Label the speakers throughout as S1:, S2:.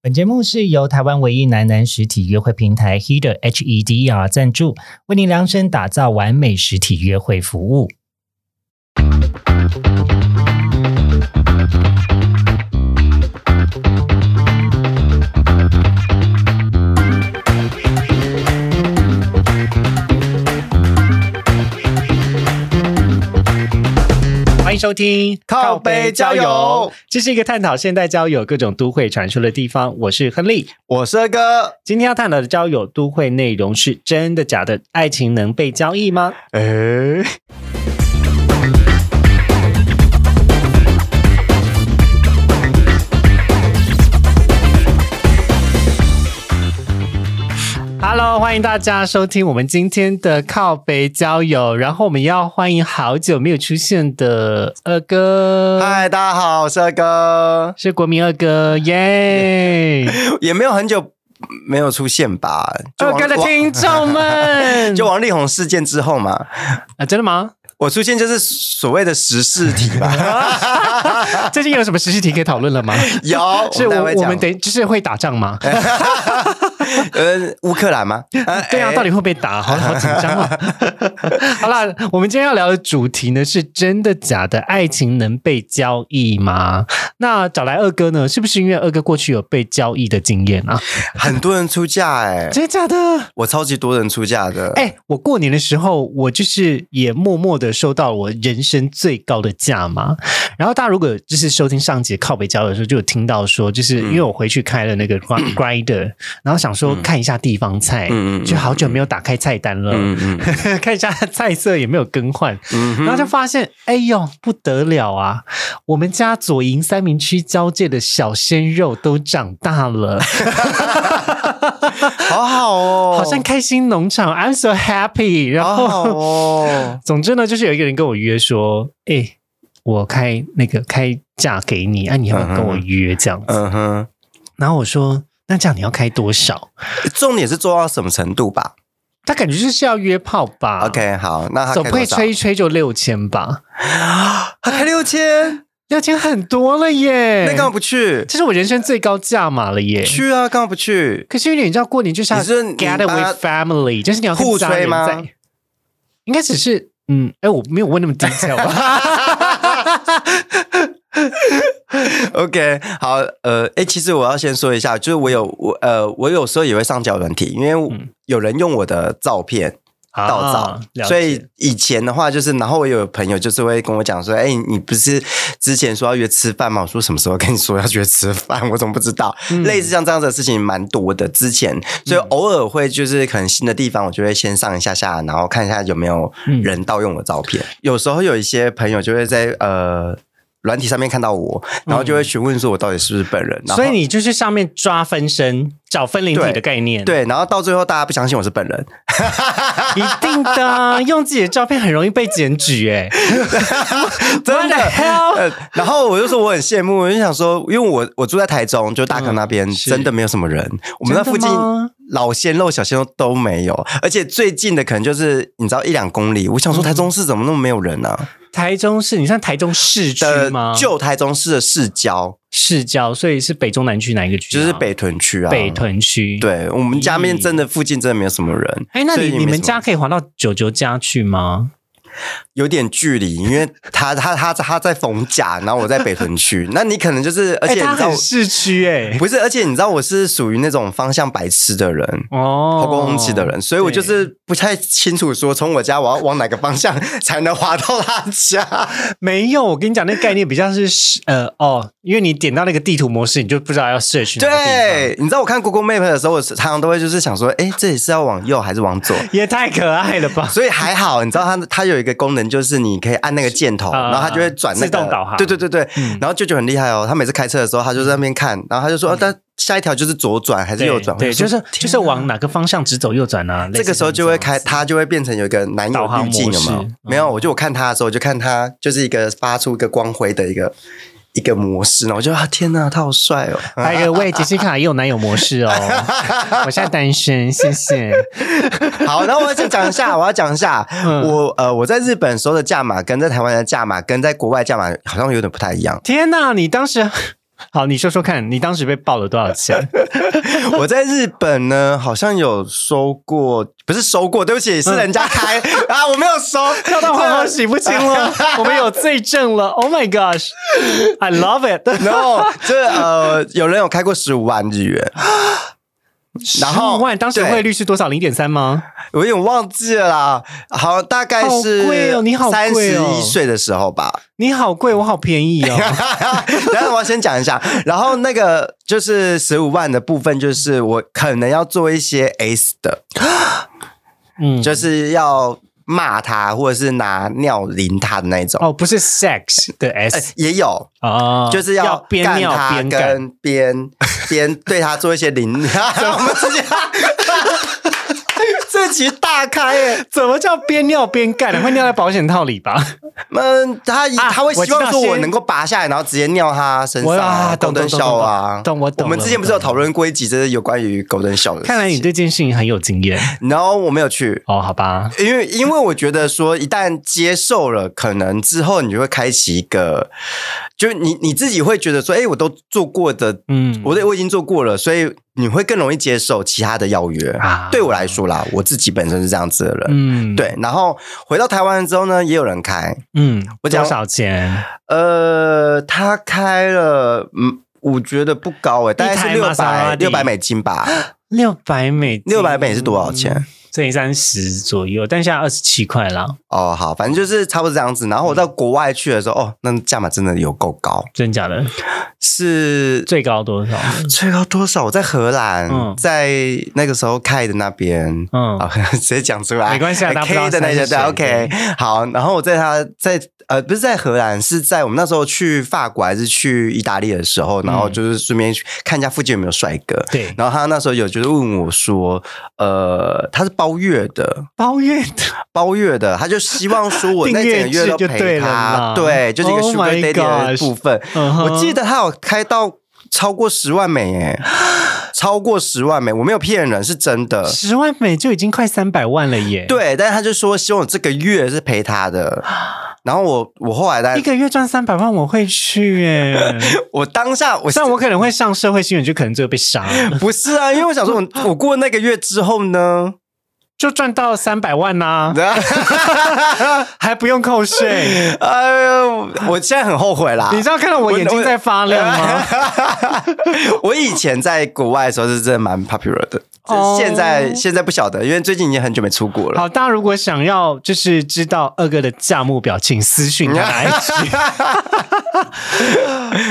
S1: 本节目是由台湾唯一男男实体约会平台 Heder H E D E R 赞助，为您量身打造完美实体约会服务。欢迎收听《
S2: 靠北交友》，
S1: 这是一个探讨现代交友各种都会传说的地方。我是亨利，
S2: 我是二哥。
S1: 今天要探讨的交友都会内容是真的假的？爱情能被交易吗？
S2: 哎、
S1: Hello，欢迎大家收听我们今天的靠北交友，然后我们要欢迎好久没有出现的二哥，，
S2: 嗨，大家好，我是二哥，
S1: 是国民二哥， 耶、
S2: 也没有很久没有出现吧？就
S1: 二
S2: 王
S1: 哥的听众们，
S2: 王就王力宏事件之后嘛，
S1: 啊，真的 吗？
S2: 我出现就是所谓的时事题吧？
S1: 最近有什么实事题可以讨论了吗？
S2: 有，
S1: 是
S2: 待
S1: 我我
S2: 会讲
S1: 们得就是会打仗吗？
S2: 呃乌克兰哎吗？
S1: 对啊，到
S2: 底
S1: 底会不会打？好好紧张啊！ 好啦，我们今天要聊的主题呢，是真的假的爱情能被交易吗？那找来二哥呢，是不是因为二哥过去有被交易的经验啊？
S2: 很多人出嫁哎、
S1: 真的假的？
S2: 我超级多人出嫁的。
S1: 哎、我过年的时候，我就是也默默的收到我人生最高的价码。然后大家如果就是收听上节靠北交流的时候，就有听到说，就是因为我回去开了那个 Grind- Grinder，然后想说看一下地方菜，
S2: 嗯嗯嗯
S1: 就好久没有打开菜单了，
S2: 嗯嗯
S1: 看一下菜色有没有更换，
S2: 嗯 哼，
S1: 然后就发现，哎呦不得了啊！我们家左营三明区交界的小鲜肉都长大了。
S2: 好好哦，
S1: 好像开心农场，I'm so happy。然
S2: 好
S1: 后，
S2: 好
S1: ，
S2: 哦
S1: 总之呢，就是有一个人跟我约说，哎、我开那个开价给你，啊，你要不要跟我约这样子？
S2: 嗯哼，
S1: 然后我说，那这样你要开多少？
S2: 重点是做到什么程度吧
S1: 他感觉就是要约炮吧
S2: OK，好，那他
S1: 总
S2: 开
S1: 不会
S2: 多少
S1: 吹一吹就六千吧？
S2: 他开六千，
S1: 六千很多了耶！
S2: 那干嘛不去？
S1: 这是我人生最高价码了耶！
S2: 去啊，干嘛不去？
S1: 可是因为你知道过年就是要
S2: 你是你
S1: get away
S2: 把
S1: family，就是你要跟
S2: 互
S1: 家人
S2: 吹吗
S1: 在？应该只是嗯，哎、我没有问那么 detail 啊 吧。
S2: OK，好，呃，哎、其实我要先说一下，就是我有我呃，我有时候也会上交友软体，因为有人用我的照片盗
S1: 啊
S2: 照，
S1: 了解
S2: 所以以前的话就是，然后我有朋友就是会跟我讲说，哎、你不是之前说要约吃饭吗？我说什么时候跟你说要约吃饭？我怎么不知道？
S1: 嗯
S2: 类似像这样子的事情蛮多的，之前，所以偶尔会就是可能新的地方，我就会先上一下下，然后看一下有没有
S1: 嗯
S2: 人盗用我的照片。有时候有一些朋友就会在呃。软体上面看到我，然后就会询问说我到底是不是本人，然后
S1: 所以你就是上面抓分身，找分灵体的概念，，
S2: 对，然后到最后大家不相信我是本人，
S1: 一定的啊，用自己的照片很容易被检举、 欸，哎，
S2: 真的
S1: What the hell？
S2: 呃然后我就说我很羡慕，我就想说，因为我我住在台中，就大坑那边、
S1: 嗯是
S2: 真的没有什么人，我们那附近
S1: 真的吗
S2: 老鲜肉、小鲜肉都没有，而且最近的可能就是你知道一两公里。我想说台中市怎么那么没有人呢、啊？
S1: 台中市，你像台中市区
S2: 的
S1: 吗？
S2: 旧台中市的市郊
S1: 市郊，所以是北中南区哪一个区、
S2: 就是、北屯区啊，
S1: 北。屯区。，
S2: 对我们家面真的附近真的没有什么人，
S1: 哎，那
S2: 所以
S1: 你
S2: 也
S1: 你
S2: 没
S1: 们
S2: 什么
S1: 家可以滑到九九家去吗？
S2: 有点距离，因为他他他他在逢甲，然后我在北屯区，那你可能就是，而且
S1: 哎，
S2: 你
S1: 它
S2: 知道
S1: 很
S2: 我
S1: 市区、欸，哎，
S2: 不是，而且你知道我是属于那种方向白痴的人。
S1: 哦
S2: 后宫攻击的人，所以我就是不太清楚说从我家我要往哪个方向才能滑到他 家。
S1: 没有。我跟你讲，那概念比较是呃哦，因为你点到那个地图模式，你就不知道要 search 哪个地方。
S2: 对，你知道我看 Google Map 的时候，我常常都会就是想说，哎，这里是要往右还是 往左？
S1: 也太可爱了吧！
S2: 所以还好，你知道它它有一个功能，就是你可以按那个箭头，
S1: 啊
S2: 然后它就会转那个
S1: 自动导航嗯
S2: 对对对对，然后舅舅很厉害哦，他每次开车的时候，他就在那边看，然后他就说，哦但下一条就是左转还是
S1: 对
S2: 右转？
S1: 对，
S2: 我说
S1: 就是就是往哪个方向直走右转啊？类
S2: 这
S1: 似
S2: 个时候就会开，它就会变成有一个男友
S1: 导航
S2: 滤镜，
S1: 模
S2: 有
S1: 式
S2: 没有
S1: 嗯？
S2: 没有，我就我看他的时候，我就看他就是一个发出一个光辉的一个一个模式，然后我就啊天哪，他好帅 哦！
S1: 还有哎一个喂，杰西卡也有男友模式 哦。我现在单身，谢谢。
S2: 好，然后我要讲一下，我要讲 一下，
S1: 嗯
S2: 我呃我在日 本时候的价码跟在台湾的价码跟在国外价码好像有点不太一样。
S1: 天哪，你当时好，你说说看，你当时被爆了多少 钱？
S2: 我在日本呢，好像有收过，不是收过，对不起，是人家 开啊，我没有收，啊
S1: 跳到黄河洗不清 了，我们有罪证了。Oh my gosh，I love it。
S2: 然后这呃，有人有开过十五万日元，然
S1: 15
S2: 后
S1: 万当时
S2: 对
S1: 汇率是多少？零点三吗？
S2: 我有点忘记了啦，好，大概
S1: 好贵
S2: 是
S1: 哦你好
S2: 三
S1: 贵
S2: 十
S1: 哦
S2: 一岁的时候吧。
S1: 你好贵，我好便宜哦。
S2: 然后我要先讲一下，然后那个就是十五万的部分，就是我可能要做一些 S 的，
S1: 嗯，
S2: 就是要骂他或者是拿尿淋他的那一种。
S1: 哦，不是 sex 的 s
S2: 哎也有，
S1: 啊，
S2: 就是
S1: 要边
S2: 干
S1: 尿
S2: 他
S1: 边干。
S2: 跟边边对他做一 些淋，我们直接 这集大开耶！
S1: 怎么叫边尿边干？会尿在保险套里吧？
S2: 嗯，他
S1: 啊
S2: 他会希
S1: 我知
S2: 望
S1: 道
S2: 说我
S1: 先
S2: 能够拔下来，然后直接尿他身
S1: 我
S2: 上
S1: 啊
S2: 啊，
S1: 懂
S2: 狗
S1: 懂
S2: 灯
S1: 懂
S2: 笑
S1: 懂
S2: 啊。
S1: 懂我懂
S2: 我们
S1: 了
S2: 之前不是有讨论过一集，就是有关于狗灯笑的事情。
S1: 看来你对这件事情很有经验
S2: 然后我没有去，
S1: 哦。好吧，
S2: 因为因为我觉得说，一旦接受了，可能之后你就会开启一个，就是你你自己会觉得说，哎、我都做过的，
S1: 嗯，
S2: 我的我已经做过了，所以你会更容易接受其他的邀约。
S1: 啊
S2: 对我来说啦，我自己本身是这样子的人。
S1: 嗯，
S2: 对，然后回到台湾之后呢，也有人开，
S1: 嗯，
S2: 我
S1: 多
S2: 讲
S1: 少钱？
S2: 呃，他开了，嗯，我觉得不高欸诶、大概
S1: 台
S2: 是六
S1: 玛莎拉
S2: 百
S1: 蒂
S2: 六百美金吧，
S1: 六百美金，
S2: 六百美是多少钱？
S1: 乘以三十左右，但现在二十七块啦，
S2: 哦，好，反正就是差不多这样子。然后我到国外去的时候，哦，那价码真的有够高，
S1: 真假的？
S2: 是
S1: 最高多少？
S2: 最高多少？我在荷兰，
S1: 嗯
S2: 在那个时候开的那边。
S1: 嗯
S2: 啊， 直接讲出来，
S1: 没关系啊大家不知道
S2: K 的那
S1: 谁
S2: 些
S1: 是
S2: 对
S1: 谁
S2: ，OK，好。然后我在他在呃，不是在荷兰，是在我们那时候去法国还是去意大利的时候，然后就是顺便去看一下附近有没有帅哥。
S1: 对，
S2: 然后他那时候有就是问我说，呃，他是包月的，
S1: 包月的
S2: 包月的，他就希望说我那整 个月
S1: 订阅制
S2: 都
S1: 就对
S2: 陪
S1: 了
S2: 他
S1: 啦，
S2: 对，就是一个
S1: Oh my
S2: sugar daddy 的
S1: gosh
S2: 部分。
S1: 嗯哼
S2: 我记得他有开到超过十万美耶，超过十万美，我没有骗人，是真的。
S1: 十万美就已经快三百万了耶！，
S2: 对，但是他就说希望我这个月是陪 他的。然后我我后来在
S1: 一个月赚三百万，我会去耶。
S2: 哎 我当下我
S1: 但我可能会上社会新闻，就可能就会被 杀了，
S2: 不是啊，因为我想说我我过那个月之后呢，啊
S1: 就赚到三百万 呐、还不用扣税。
S2: 哎呦，我现在很后悔啦。
S1: 你知道看到我眼睛在发亮吗？
S2: 我以前在国外的时候是真的蛮 popular 的，
S1: 哦
S2: 现在现在不晓得，因为最近已经很久没出国 了。
S1: 好，大家如果想要就是知道二哥的价目表，请私讯他 来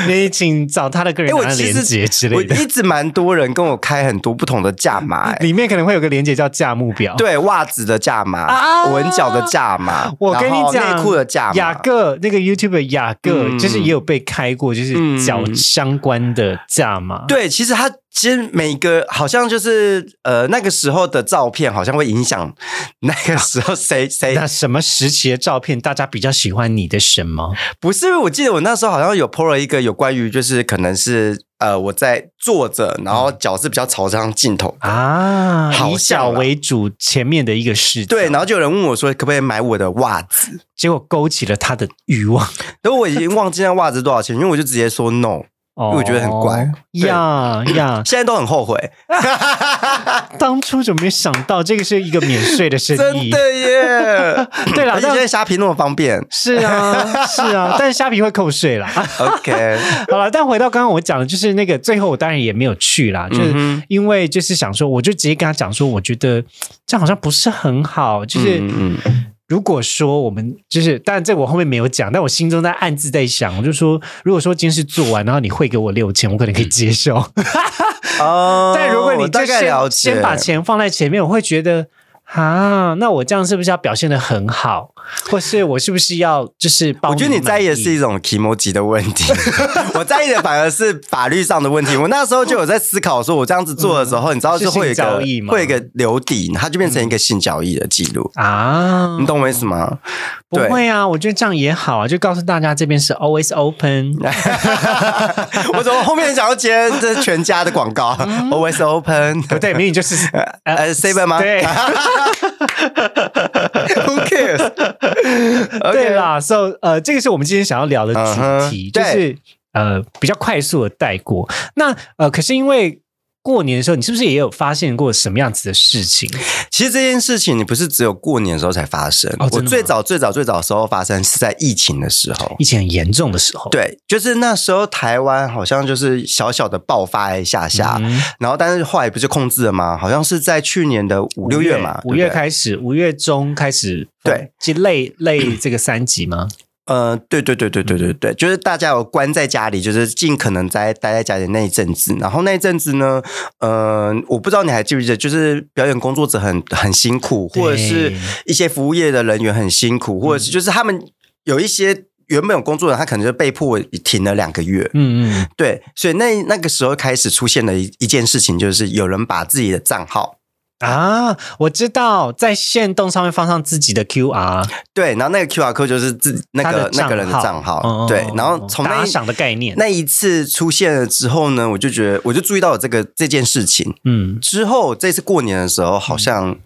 S1: 你请找他的个人
S2: 哎诶我
S1: 档案
S2: 其
S1: 连
S2: 实
S1: 接之
S2: 我
S1: 类的，
S2: 一直蛮多人跟我开很多不同的价码、欸
S1: 里面可能会有个连接叫价目表。
S2: 对袜子的价码、
S1: 啊
S2: 文脚的价码，
S1: 我跟你
S2: 然后
S1: 讲，
S2: 内裤的价
S1: 雅
S2: 码。
S1: 各那个 YouTube 雅各，
S2: 嗯
S1: 就是也有被开过，就是脚相关的价码。
S2: 对，其实它其实每个好像就是呃那个时候的照片，好像会影响那个时候谁谁
S1: 那什么时期的照片，大家比较喜欢你的什么？
S2: 不是，因为我记得我那时候好像有 po 了一个有关于就是可能是呃我在坐着，然后脚是比较朝向镜头的。
S1: 嗯啊，
S2: 好
S1: 以脚
S2: 像啦
S1: 为主，前面的一个视角，
S2: 对，然后就有人问我说，可不可以买我的袜子？
S1: 结果勾起了他的欲 望。
S2: 然后我已经忘记那袜子多少钱，因为我就直接说 no。
S1: 哦
S2: 为我觉得很怪对
S1: 呀呀！
S2: 现在都很后悔，
S1: 当初怎么没想到这个是一个免税的生
S2: 真
S1: 意？
S2: 的耶！
S1: 对啦
S2: 而，且现
S1: 但
S2: 在虾皮那么方 便
S1: 是啊是啊，但是虾皮会扣税啦。
S2: ，OK，
S1: 好了，但回到刚刚我讲的，就是那个最后我当然也没有去啦，
S2: 嗯
S1: 就是因为就是想说，我就直接跟他讲说，我觉得这样好像不是很好，就是。
S2: 嗯
S1: 如果说我们就是，当然这我后面没有讲，但我心中在暗自在想，我就说，如果说今天是做完，然后你汇给我六千，我可能可以接受。
S2: 嗯 哦
S1: 但如果你
S2: 我
S1: 就
S2: 大概
S1: 先
S2: 了解，
S1: 先把钱放在前面，我会觉得啊，那我这样是不是要表现的很好，或是我是不是要就是包？
S2: 我觉得你在意的是一种 emoji 的问 题，我在意的反而是法律上的问题。我那时候就有在思考，说我这样子做的时候，你知道
S1: 嗯是
S2: 就会有一
S1: 性
S2: 个
S1: 交易吗
S2: 会有一个留底，它就变成一个性交易的记录。
S1: 啊
S2: 你，懂 我意思吗？
S1: 不
S2: 对
S1: 会啊，我觉得这样也好啊，就告诉大家这边是 always open。
S2: 我怎么后面想要接这全家的广告？Always open，
S1: 不嗯对，明明就是
S2: 呃，seven 吗？
S1: 对
S2: ，Who cares？
S1: 啊对啦，so 呃，这个是我们今天想要聊的主
S2: 嗯哼
S1: 题，就
S2: 对
S1: 是呃比较快速的带过。那呃，可是因为过年的时候，你是不是也有发现过什么样子的事情？
S2: 其实这件事情你不是只有过年的时候才发生，
S1: 哦真的
S2: 我
S1: 吗
S2: 最早最早最早的时候发生是在疫情的时候。
S1: 疫情很严重的时候，
S2: 对，就是那时候台湾好像就是小小的爆发一下下，
S1: 嗯
S2: 然后但是后来不就控制了吗？好像是在去年的五六月嘛，
S1: 五月
S2: 对不对
S1: 开始，五月中开始，
S2: 对，
S1: 就类类这个三级吗？
S2: 呃，对对对对对
S1: 嗯
S2: 对对，就是大家有关在家里，就是尽可能在待在家里那一阵子。然后那一阵子呢，呃，我不知道你还记不记得，就是表演工作者很很辛苦，
S1: 对嗯
S2: 或者是一些服务业的人员很辛苦，或者是就是他们有一些原本有工作的人，他可能就被迫停了两个月。
S1: 嗯嗯，
S2: 对，所以那那个时候开始出现了一一件事情，就是有人把自己的账号。
S1: 啊，我知道，在线动上面放上自己的 QR，
S2: 对，然后那个 QR code 就是自那
S1: 他
S2: 个
S1: 的
S2: 那个人的账
S1: 账
S2: 号，
S1: 哦
S2: 对
S1: 哦，
S2: 然
S1: 哦
S2: 后从那
S1: 打
S2: 一
S1: 赏的概念，
S2: 那一次出现了之后呢，我就觉得我就注意到了这个这件事情。
S1: 嗯，
S2: 之后这次过年的时候，好像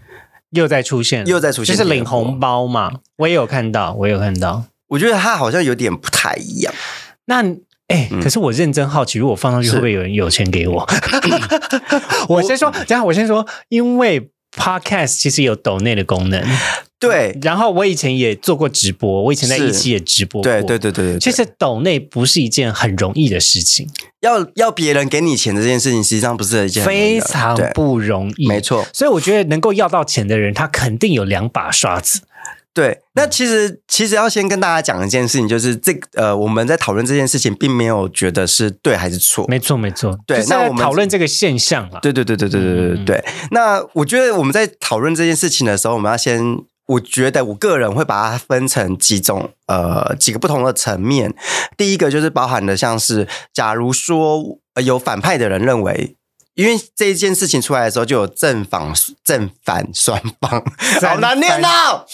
S1: 又在出现了，
S2: 又再出现
S1: 就是
S2: 这个
S1: 领红包嘛，我也有看到，我也有看到。
S2: 我觉得它好像有点不太一样。
S1: 那哎、可是我认真好奇，如果我放上去，
S2: 嗯是
S1: 会不会有人有钱给 我？我先说，等一下我先说，因为 Podcast 其实有抖内的功能，
S2: 对，
S1: 然后我以前也做过直播，我以前在
S2: 是
S1: 一期也直播过。
S2: 对，对，对，对，对
S1: 嗯其实抖内不是一件很容易的事情，
S2: 要要别人给你钱这件事情，实际上不是一件很容易
S1: 非
S2: 的
S1: 常
S2: 对
S1: 不容易，
S2: 没。错。
S1: 所以我觉得能够要到钱的人，他肯定有两把刷子。
S2: 对，那其实其实要先跟大家讲一件事情，就是这个呃，我们在讨论这件事情，并没有觉得是对还是错。
S1: 没错，没错。
S2: 对
S1: 就是
S2: 那
S1: 在
S2: 我们
S1: 讨论这个现象啦。
S2: 对对对对对对对对对。那我觉得我们在讨论这件事情的时候，我们要先，我觉得我个人会把它分成几种呃几个不同的层面。第一个就是包含的像是，假如说、呃有反派的人认为。因为这一件事情出来的时候，就有正反正反双方，好难念哦！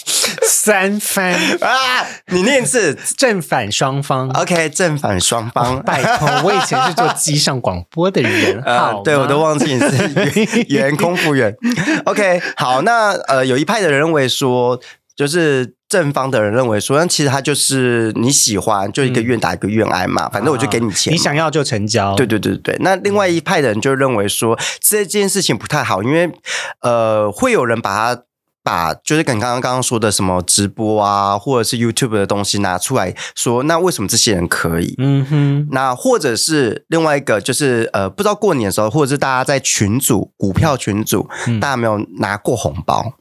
S1: 三番
S2: 啊！你念一次
S1: 正反双方。哦
S2: ，OK，正反双方，
S1: 拜托，我以前是做机上广播的人，哦好
S2: 呃
S1: 吗，
S2: 对我都忘记你是 员员空服员。OK，好，那呃，有一派的人认为说，就是正方的人认为说，那其实他就是你喜欢，就一个愿打一个愿挨嘛，反正我就给你
S1: 嗯哦
S2: 钱
S1: 你
S2: 嘛。
S1: 想要就成交。
S2: 对对对对，那另外一派的人就认为说这件事情不太好，因为呃，会有人把它把就是跟刚刚刚刚说的什么直播啊，或者是 YouTube 的东西拿出来说，那为什么这些人可以？
S1: 嗯哼，
S2: 那或者是另外一个，就是呃，不知道过年的时候，或者是大家在群组股票群组，
S1: 嗯
S2: 大家没有拿过红包？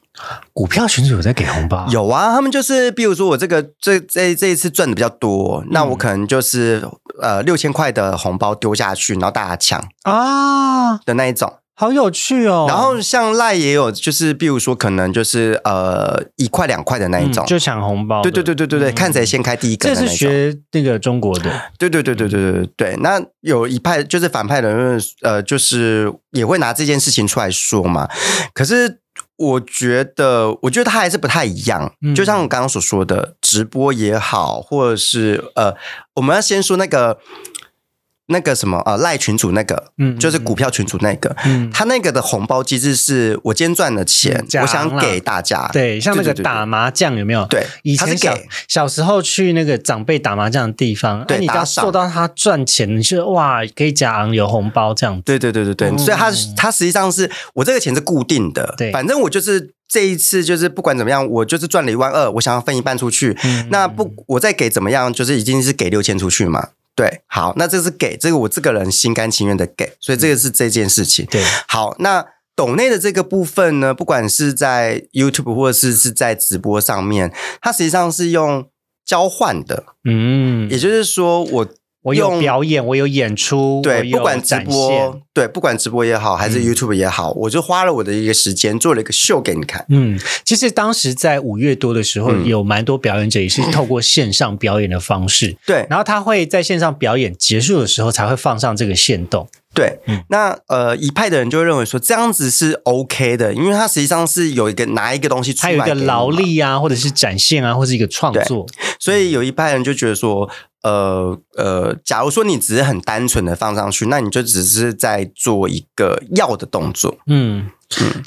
S1: 股票群主有在给红包，
S2: 有啊，他们就是，比如说我这个这这这一次赚的比较多，那
S1: 嗯
S2: 我可能就是呃六千块的红包丢下去，然后大家抢
S1: 啊，
S2: 的那一种。
S1: 好有趣哦。
S2: 然后像赖也有，就是比如说可能就是呃一块两块的那一种
S1: 嗯。就抢红包，
S2: 对对对，对对对，看谁先开第一个
S1: 这
S2: 的那
S1: 是
S2: 一种。
S1: 学那个中国的，
S2: 对对对对对对对。那有一派就是反派的人，呃，就是也会拿这件事情出来说嘛。可是我觉得，我觉得他还是不太一样。
S1: 嗯
S2: 就像我刚刚所说的，直播也好，或者是呃，我们要先说那个那个什么呃赖群主那个，
S1: 嗯
S2: 就是股票群主那个。
S1: 嗯，
S2: 他那个的红包机制是我今天赚了钱
S1: 嗯，奖
S2: 我想
S1: 啦
S2: 给大家。
S1: 对，像那个打麻将有没有？
S2: 对
S1: 以
S2: 他
S1: 前
S2: 是
S1: 小
S2: 给
S1: 小时候去那个长辈打麻将的地方，
S2: 对
S1: 哎你只要
S2: 打赏
S1: 做到他赚钱，你就哇可以加昂有红包这样子。
S2: 对对对对对，
S1: 哦
S2: 所以它它实际上是我这个钱是固定的，
S1: 对
S2: 反正我就是这一次就是不管怎么样，我就是赚了一万二，我想要分一半出去，
S1: 嗯
S2: 那不我再给怎么样，就是已经是给六千出去嘛。对，好，那这是给这个我这个人心甘情愿的给，所以这个是这件事情。
S1: 对，
S2: 好，那抖内的这个部分呢，不管是在 YouTube 或者是是在直播上面，它实际上是用交换的，
S1: 嗯，
S2: 也就是说我
S1: 我有
S2: 用
S1: 表演，我有演出，我
S2: 对，
S1: 有
S2: 不管直
S1: 展现
S2: 播，对，不管直播也好，还是
S1: 嗯
S2: YouTube 也好，我就花了我的一个时间做了一个秀给你看。
S1: 嗯，其实当时在五月多的时候，
S2: 嗯
S1: 有蛮多表演者也 是透过线上表演的方式，
S2: 对
S1: 然后他会在线上表演结束的时候才会放上这个线动。
S2: 对，
S1: 嗯
S2: 那呃，一派的人就会认为说这样子是 OK 的，因为它实际上是有一个拿一个东西出
S1: 它
S2: 来，
S1: 有一个劳，力啊，或者是展现啊，或是一个创作。
S2: 所以有一派人就觉得说，呃呃，假如说你只是很单纯的放上去，那你就只是在做一个要的动作。
S1: 嗯，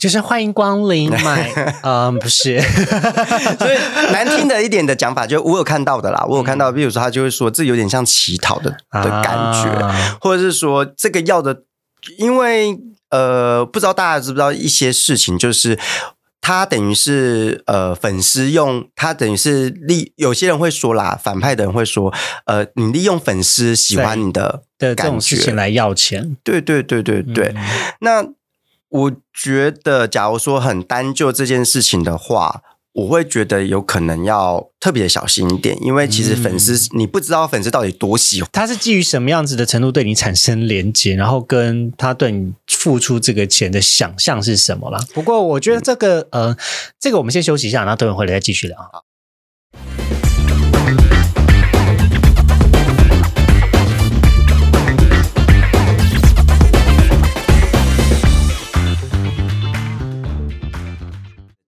S1: 就是欢迎光临买，嗯，不是，
S2: 所以难听的一点的讲法，就我有看到的啦，我有看到，
S1: 嗯
S2: 比如说他就会说这有点像乞讨的的感觉，
S1: 啊
S2: 或者是说这个要的，因为呃，不知道大家知不知道一些事情，就是他等于是呃粉丝用他等于是利，有些人会说啦，反派的人会说，呃，你利用粉丝喜欢你的
S1: 的这
S2: 感
S1: 种事情
S2: 觉，
S1: 来要钱，
S2: 对对对对对，
S1: 嗯，
S2: 那我觉得，假如说很单就这件事情的话，我会觉得有可能要特别小心一点，因为其实粉丝、你不知道粉丝到底多喜欢。
S1: 他是基于什么样子的程度对你产生连接，然后跟他对你付出这个钱的想象是什么啦？不过我觉得这个，呃，这个我们先休息一下，然后等会回来再继续聊。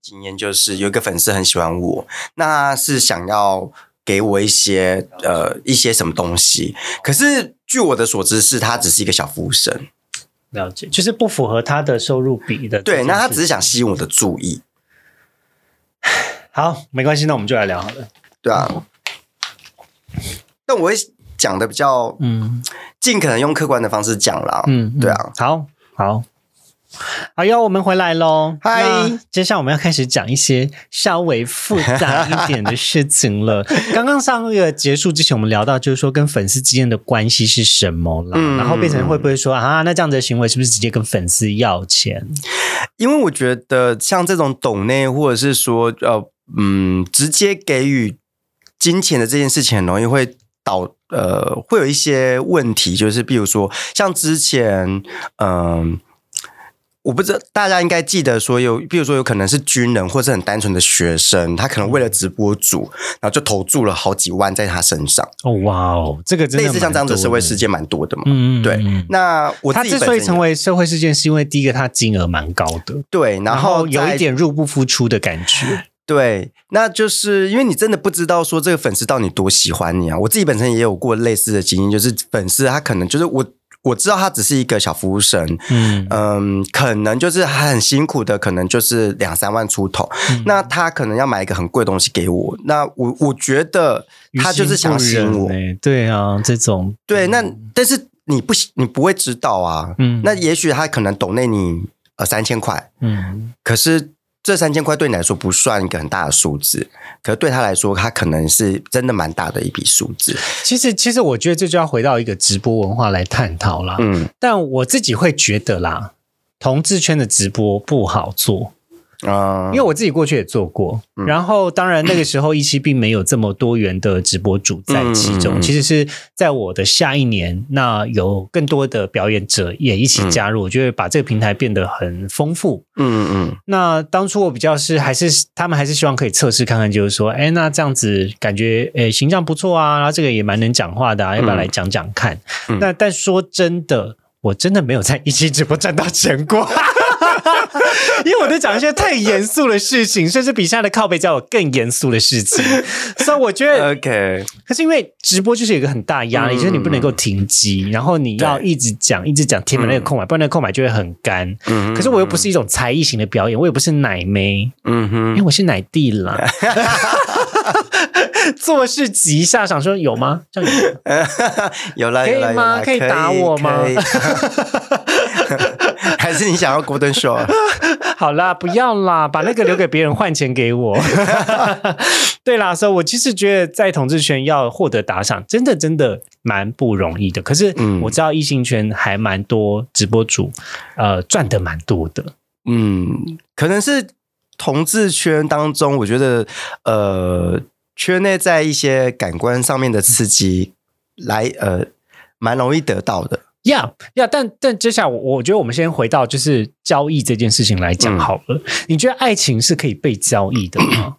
S2: 经验就是有一个粉丝很喜欢我，那是想要给我一些呃一些什么东西，可是据我的所知是他只是一个小服务生，
S1: 了解，就是不符合他的收入比的这件
S2: 对，
S1: 事情。
S2: 那他只是想吸引我的注意，
S1: 好，没关系，那我们就来聊好了。
S2: 对啊。但我会讲的比较
S1: 嗯
S2: 尽可能用客观的方式讲啦，
S1: 嗯，
S2: 对啊，
S1: 好好。好哟，我们回来喽！
S2: 嗨
S1: 那接下来我们要开始讲一些稍微复杂一点的事情 了。刚刚上个结束之前，我们聊到就是说跟粉丝之间的关系是什么啦，
S2: 嗯
S1: 然后变成会不会说啊，那这样子的行为是不是直接跟粉丝要钱？
S2: 因为我觉得像这种懂内，或者是说呃嗯，直接给予金钱的这件事情，很容易会导呃会有一些问题，就是比如说像之前嗯。我不知道大家应该记得说有，比如说有可能是军人或是很单纯的学生，他可能为了直播主，然后就投注了好几万在他身上，
S1: 哦，哇哦，这个真的
S2: 类似像这样子的社会事
S1: 件，
S2: 件蛮多的嘛。
S1: 嗯，嗯
S2: 对
S1: 嗯
S2: 那我
S1: 他
S2: 自己
S1: 之
S2: 本身
S1: 所以
S2: 也
S1: 成为社会事件，是因为第一个他金额蛮高的，
S2: 对，然
S1: 然后
S2: 后
S1: 有
S2: 再
S1: 一点入不敷出的感觉。
S2: 对，那就是因为你真的不知道说这个粉丝到底多喜欢你啊！我自己本身也有过类似的经验，就是粉丝他可能就是我我知道他只是一个小服务生，
S1: 嗯，
S2: 嗯，可能就是他很辛苦的，可能就是两三万出头，
S1: 嗯
S2: 那他可能要买一个很贵的东西给我，那我我觉得他就是想吸引我
S1: 于心不，忍欸对啊，这种
S2: 对，那但是你不你不会知道啊，
S1: 嗯
S2: 那也许他可能抖内你呃三千块，
S1: 嗯
S2: 可是这三千块对你来说不算一个很大的数字，可是对他来说，他可能是真的蛮大的一笔数字。
S1: 其实其实我觉得这就要回到一个直播文化来探讨啦。
S2: 嗯，
S1: 但我自己会觉得啦，同志圈的直播不好做，
S2: 啊、
S1: 因为我自己过去也做过。然后当然那个时候一期并没有这么多元的直播主在其
S2: 嗯嗯
S1: 中，
S2: 嗯
S1: 其实是在我的下一年，那有更多的表演者也一起加入，我就会把这个平台变得很丰富。
S2: 嗯嗯
S1: 那当初我比较是还是他们还是希望可以测试看看，就是说，哎，那这样子感觉，哎，形象不错啊，然后这个也蛮能讲话的、啊，要不要来讲讲看？
S2: 嗯
S1: 那但说真的，我真的没有在一期直播赚到钱过。 因为我在讲一些太严肃的事情，甚至比现在的靠背教我更严肃的事情，所以我觉得
S2: 嗯，OK，
S1: 可是因为直播就是有一个很大的压力，
S2: 嗯
S1: 就是你不能够停机，然后你要
S2: 对
S1: 一直讲，一直讲，填满那个空白，不然那个空白就会很干。
S2: 嗯
S1: 可是我又不是一种才艺型的表演，我也不是奶妹，
S2: 嗯
S1: 因
S2: 哼
S1: 为，我是奶弟啦。做事急一下，想说有吗？这样有吗
S2: 有了
S1: 可以
S2: 有了有
S1: 吗
S2: 了，
S1: 可以打我吗
S2: 可以 还是你想要 Golden Show？
S1: 好啦，不要啦，把那个留给别人，换钱给 我。对啦，所以我其实觉得在统治圈要获得打赏，真的真的蛮不容易的。可是
S2: 嗯
S1: 我知道异性圈还蛮多直播主，呃，赚的蛮多的。
S2: 嗯，可能是同志圈当中，我觉得呃，圈内在一些感官上面的刺激来呃，蛮容易得到的。
S1: 呀呀，但但接下来我我觉得我们先回到就是交易这件事情来讲
S2: 嗯
S1: 好了。你觉得爱情是可以被交易的 吗？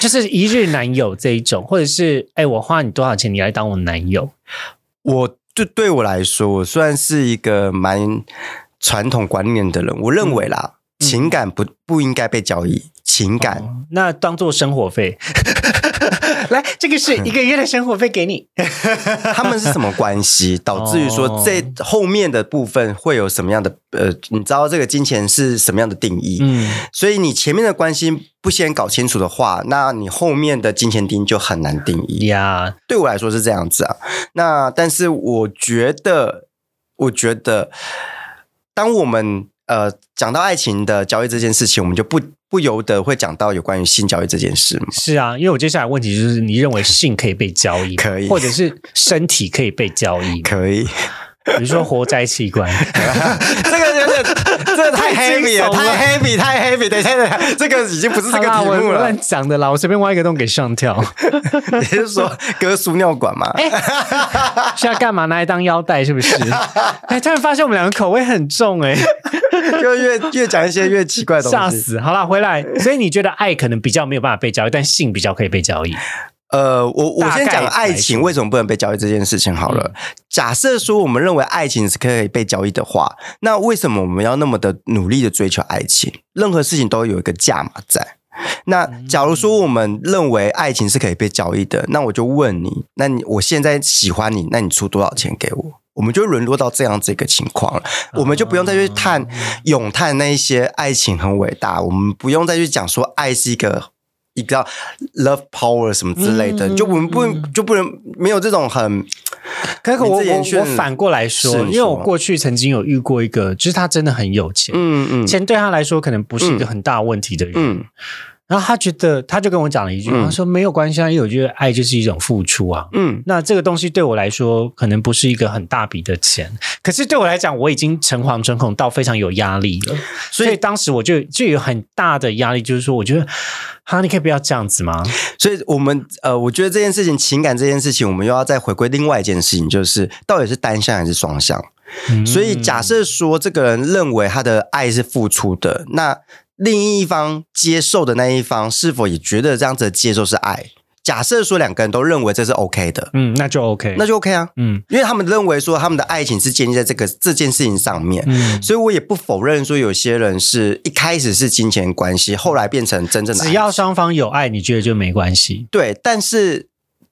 S1: 就是一日男友这一种，或者是哎、我花你多少钱，你来当我男友？
S2: 我对对我来说，我虽然是一个蛮传统观念的人，我认为啦，
S1: 嗯
S2: 哎情感不不应该被交易，情感、
S1: 哦那当做生活费， 来，这个是一个月的生活费给 你。
S2: 他们是什么关 系，导致于说这后面的部分会有什么样的呃，你知道这个金钱是什么样的定义？
S1: 嗯，
S2: 所以你前面的关系不先搞清楚的话，那你后面的金钱定义就很难定义。
S1: 呀，
S2: 对我来说是这样子啊。那但是我觉得，我觉得，当我们呃讲到爱情的交易这件事情，我们就不不由得会讲到有关于性交易这件事嘛。
S1: 是啊，因为我接下来问题就是，你认为性可以被交易吗，
S2: 可以
S1: 或者是身体可以被交易吗，
S2: 可以，
S1: 比如说活摘器官，
S2: 这个有点，这个太
S1: 太惊
S2: heavy 了，
S1: 悚了
S2: 太 heavy，太 heavy。等一下，等一下，这个已经不是这个
S1: 好啦
S2: 题目
S1: 我
S2: 了
S1: 乱。讲的啦，我随便挖一个洞给上 跳，
S2: 你是说割输尿管吗？
S1: 哎是要干嘛拿来当腰带是不 是？哎，突然发现我们两个口味很重 哎、
S2: 就越越讲一些越奇怪的东西。
S1: 吓死！好啦，回来，所以你觉得爱可能比较没有办法被交易，但性比较可以被交易？
S2: 呃，我我
S1: 大概
S2: 先讲爱
S1: 来
S2: 情
S1: 说
S2: 为什么不能被交易这件事情好
S1: 嗯
S2: 了。假设说我们认为爱情是可以被交易的话，那为什么我们要那么的努力的追求爱情？任何事情都有一个价码在。那
S1: 嗯
S2: 假如说我们认为爱情是可以被交易的，那我就问你，那你我现在喜欢你，那你出多少钱给我？我们就沦落到这样子一个情况
S1: 啊
S2: 了，我们就不用再去探咏叹那一些爱情很伟大，我们不用再去讲说爱是一个。一个叫 love power 什么之类的，
S1: 嗯
S2: 就我们不、就不能没有这种很
S1: 可是
S2: 名
S1: 我
S2: 字延
S1: 我
S2: 续
S1: 我反过来说，
S2: 是你
S1: 因为我
S2: 说
S1: 过去曾经有遇过一个，就是他真的很有钱，
S2: 嗯嗯
S1: 钱对他来说可能不是一个很大问题的人，
S2: 嗯
S1: 然后他觉得他就跟我讲了一句，
S2: 嗯
S1: 他说没有关系啊，因为我觉得爱就是一种付出啊。
S2: 嗯
S1: 那这个东西对我来说，可能不是一个很大笔的钱，可是对我来讲，我已经诚惶诚恐到非常有压力 了。所
S2: 所以
S1: 以当时我就就有很大的压力，就是说，我觉得，哈，你可以不要这样子吗？
S2: 所以我们呃，我觉得这件事情，情感这件事情，我们又要再回归另外一件事情，就是到底是单向还是双向？
S1: 嗯
S2: 所以假设说这个人认为他的爱是付出的，那另一方接受的那一方是否也觉得这样子的接受是爱？假设说两个人都认为这是 OK 的，
S1: 嗯，那就 OK，
S2: 那就 OK 啊，
S1: 嗯
S2: 因为他们认为说他们的爱情是建立在这个这件事情上面。
S1: 嗯，
S2: 所以我也不否认说，有些人是一开始是金钱关系，后来变成真正的爱
S1: 只要双方有爱，你觉得就没关系。
S2: 对，但是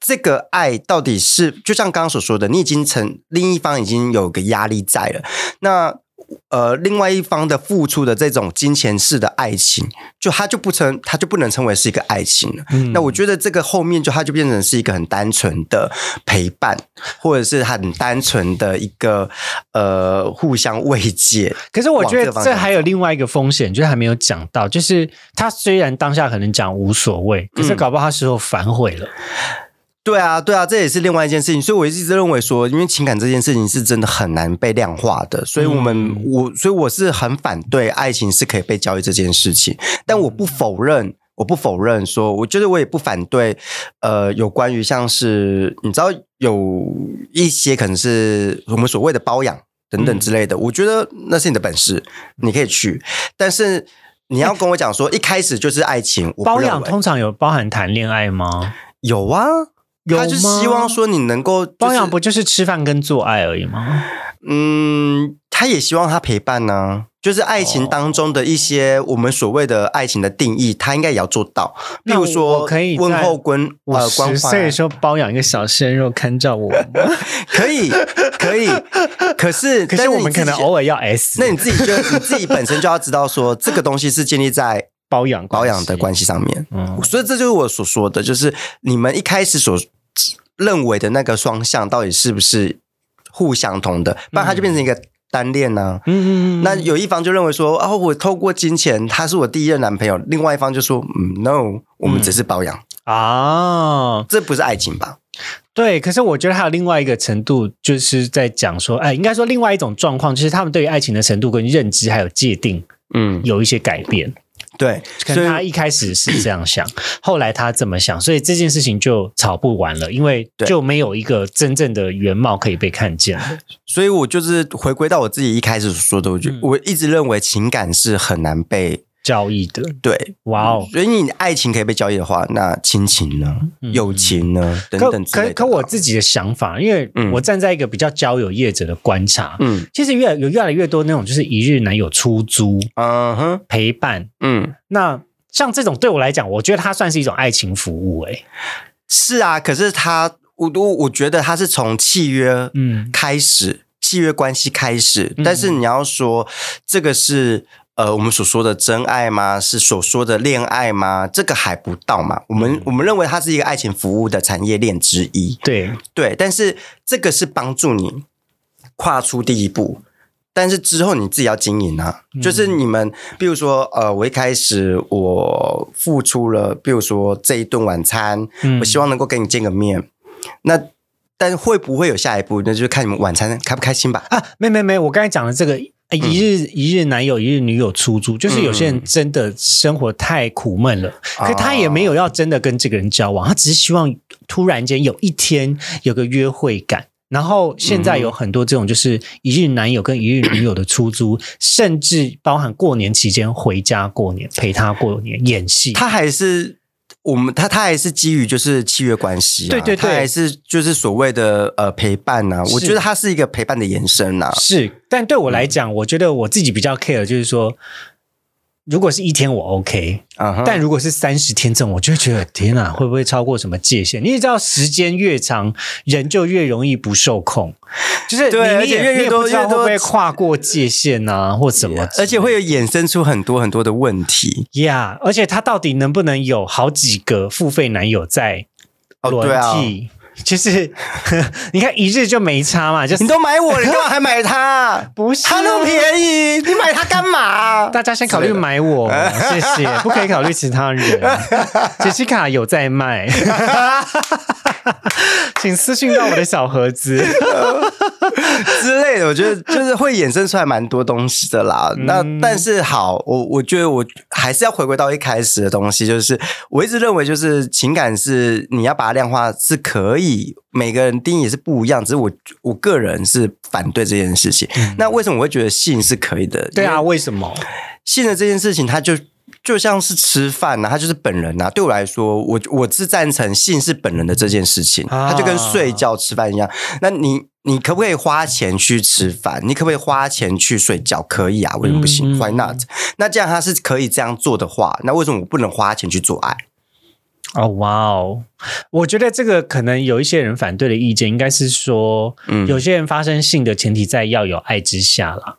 S2: 这个爱到底是就像刚刚所说的，你已经成另一方已经有个压力在了，那呃，另外一方的付出的这种金钱式的爱情，就它就不成，它就不能称为是一个爱情了。
S1: 嗯
S2: 那我觉得这个后面就它就变成是一个很单纯的陪伴，或者是很单纯的一个呃互相慰藉。
S1: 可是我觉
S2: 往
S1: 得
S2: 这方
S1: 这
S2: 向
S1: 还有另外一个风险，就是还没有讲到，就是他虽然当下可能讲无所谓，
S2: 嗯
S1: 可是搞不好他事后反悔了。
S2: 对啊，对啊，这也是另外一件事情，所以我一直认为说，因为情感这件事情是真的很难被量化的，所以我们、
S1: 嗯
S2: 我所以我是很反对爱情是可以被交易这件事情，但我不否认，我不否认说，我觉得我也不反对，呃，有关于像是你知道有一些可能是我们所谓的包养等
S1: 嗯
S2: 等之类的，我觉得那是你的本事，你可以去，但是。你要跟我讲说，一开始就是爱情，我不
S1: 包
S2: 认
S1: 养
S2: 为
S1: 通常有包含谈恋爱吗？
S2: 有啊，
S1: 有
S2: 他就是
S1: 吗
S2: 希望说你能够、就是、呃
S1: 包养不就是吃饭跟做爱而已吗？
S2: 嗯，他也希望他陪伴呢、啊就是爱情当中的一些我们所谓的爱情的定义，他应该也要做到。例
S1: 那
S2: 如说，
S1: 我可以在
S2: 问候关
S1: 我
S2: 呃关
S1: 十岁
S2: 怀
S1: 的，时候包养一个小鲜 肉看照我吗，
S2: 可以可以。可是，
S1: 可
S2: 但
S1: 是
S2: 是
S1: 我
S2: 你
S1: 们
S2: 自
S1: 可能
S2: 己
S1: 偶尔要 S，
S2: 那你自己就你自己本身就要知道说，这个东西是建立在
S1: 包养
S2: 保养的关
S1: 系，
S2: 系上面。
S1: 嗯
S2: 所以这就是我所说的，就是你们一开始所认为的那个双向，到底是不是互相通的？不然它就变成一个单恋呢、
S1: 嗯嗯嗯嗯，
S2: 那有一方就认为说，哦，我透过金钱，他是我第一任男朋友；，另外一方就说，嗯，no，我们只是保养，
S1: 啊，
S2: 这不是爱情吧？
S1: 对，可是我觉得还有另外一个程度，就是在讲说，哎，应该说另外一种状况，就是他们对于爱情的程度跟认知还有界定
S2: 嗯，
S1: 有一些改变。
S2: 对，
S1: 可
S2: 所
S1: 能
S2: 以嗯
S1: 他一开始是这样想，后来他这么想，所以这件事情就吵不完了，因为
S2: 对
S1: 就没有一个真正的原貌可以被看见 的。
S2: 所以我就是回归到我自己一开始所说的，我就、
S1: 嗯
S2: 我一直认为情感是很难被
S1: 交易的，
S2: 对，
S1: 哇哦！
S2: 所以你爱情可以被交易的话，那亲情呢？
S1: 嗯
S2: 友情呢？嗯等
S1: 可
S2: 等之类
S1: 可
S2: 的。
S1: 可，我自己的想法，因为
S2: 嗯
S1: 我站在一个比较交友业者的观察，
S2: 嗯
S1: 其实越有越来越多那种就是一日男友出租
S2: 嗯哼
S1: 陪伴
S2: 嗯，
S1: 那像这种对我来讲，我觉得它算是一种爱情服务、欸，
S2: 是啊，可是他，我我我觉得他是从契约
S1: 嗯
S2: 开始，契约关系开始
S1: 嗯。
S2: 但是你要说这个是呃我们所说的真爱吗？是所说的恋爱吗？这个还不到嘛。我们、我们认为它是一个爱情服务的产业链之一，
S1: 对，
S2: 对。但是这个是帮助你跨出第一步。但是之后你自己要经营啊，
S1: 嗯
S2: 就是你们，比如说，呃，我一开始我付出了，比如说这一顿晚餐，
S1: 嗯
S2: 我希望能够跟你见个面。那但是会不会有下一步？那就是看你们晚餐开不开心吧。
S1: 啊，没没没，我刚才讲的这个。哎一日一日男友，一日女友出租，就是有些人真的生活太苦闷了，可他也没有要真的跟这个人交往，他只是希望突然间有一天有个约会感。然后现在有很多这种就是一日男友跟一日女友的出租，甚至包含过年期间回家过年陪他过年演戏，
S2: 他还是我们他他还是基于就是契约关系、啊，
S1: 对对对
S2: 他还是就是所谓的呃陪伴呐、啊。
S1: 是
S2: 我觉得它是一个陪伴的延伸呐、啊。
S1: 是，但对我来讲，我觉得我自己比较 care 就是说，如果是一天我 OK，
S2: 嗯哼
S1: 但如果是三十天这种，我就会觉得天哪，会不会超过什么界限？你也知道，时间越长，人就越容易不受控，就是
S2: 对
S1: 你
S2: 而
S1: 你
S2: 且
S1: 也
S2: 越
S1: 你也
S2: 多
S1: 不知道
S2: 越
S1: 会
S2: 多
S1: 不会跨过界限啊，或什 么之类的，
S2: 而且会有衍生出很多很多的问题
S1: Yeah，而且他到底能不能有好几个付费男友在
S2: 哦
S1: 轮替？
S2: 对啊
S1: 就是 你看一日就没差嘛，就是？
S2: 你都买我，你干嘛还买它
S1: 不 是啊
S2: 它那么
S1: 宜。
S2: 便宜，你买它干嘛？
S1: 大家先考虑
S2: 之类的
S1: 买我， 谢谢，不可以考虑其他 人。杰西卡有在 卖，请私信到我的小盒 子。
S2: 之类的，我觉得就是会衍生出来蛮多东西的啦。
S1: 嗯
S2: 那但是好，我我觉得我还是要回归到一开始的东西，就是我一直认为，就是情感是你要把它量化是可以，每个人定义也是不一样。只是我我个人是反对这件事情。那为什么我会觉得性是可以的？
S1: 嗯对
S2: 因为
S1: 啊，为什么？
S2: 信任这件事情，它就就像是吃饭呐、啊，它就是本人呐、啊。对我来说，我我是赞成信是本人的这件事情，
S1: 啊
S2: 它就跟睡觉、吃饭一样。那你你可不可以花钱去吃饭？你可不可以花钱去睡觉？可以啊，为什么不
S1: 嗯
S2: 行、
S1: 嗯
S2: w h y not？那这样它是可以这样做的话，那为什么我不能花钱去做爱？
S1: 哦，哇哦！我觉得这个可能有一些人反对的意见，应该是说，
S2: 嗯
S1: 有些人发生性的前提在要有爱之下啦，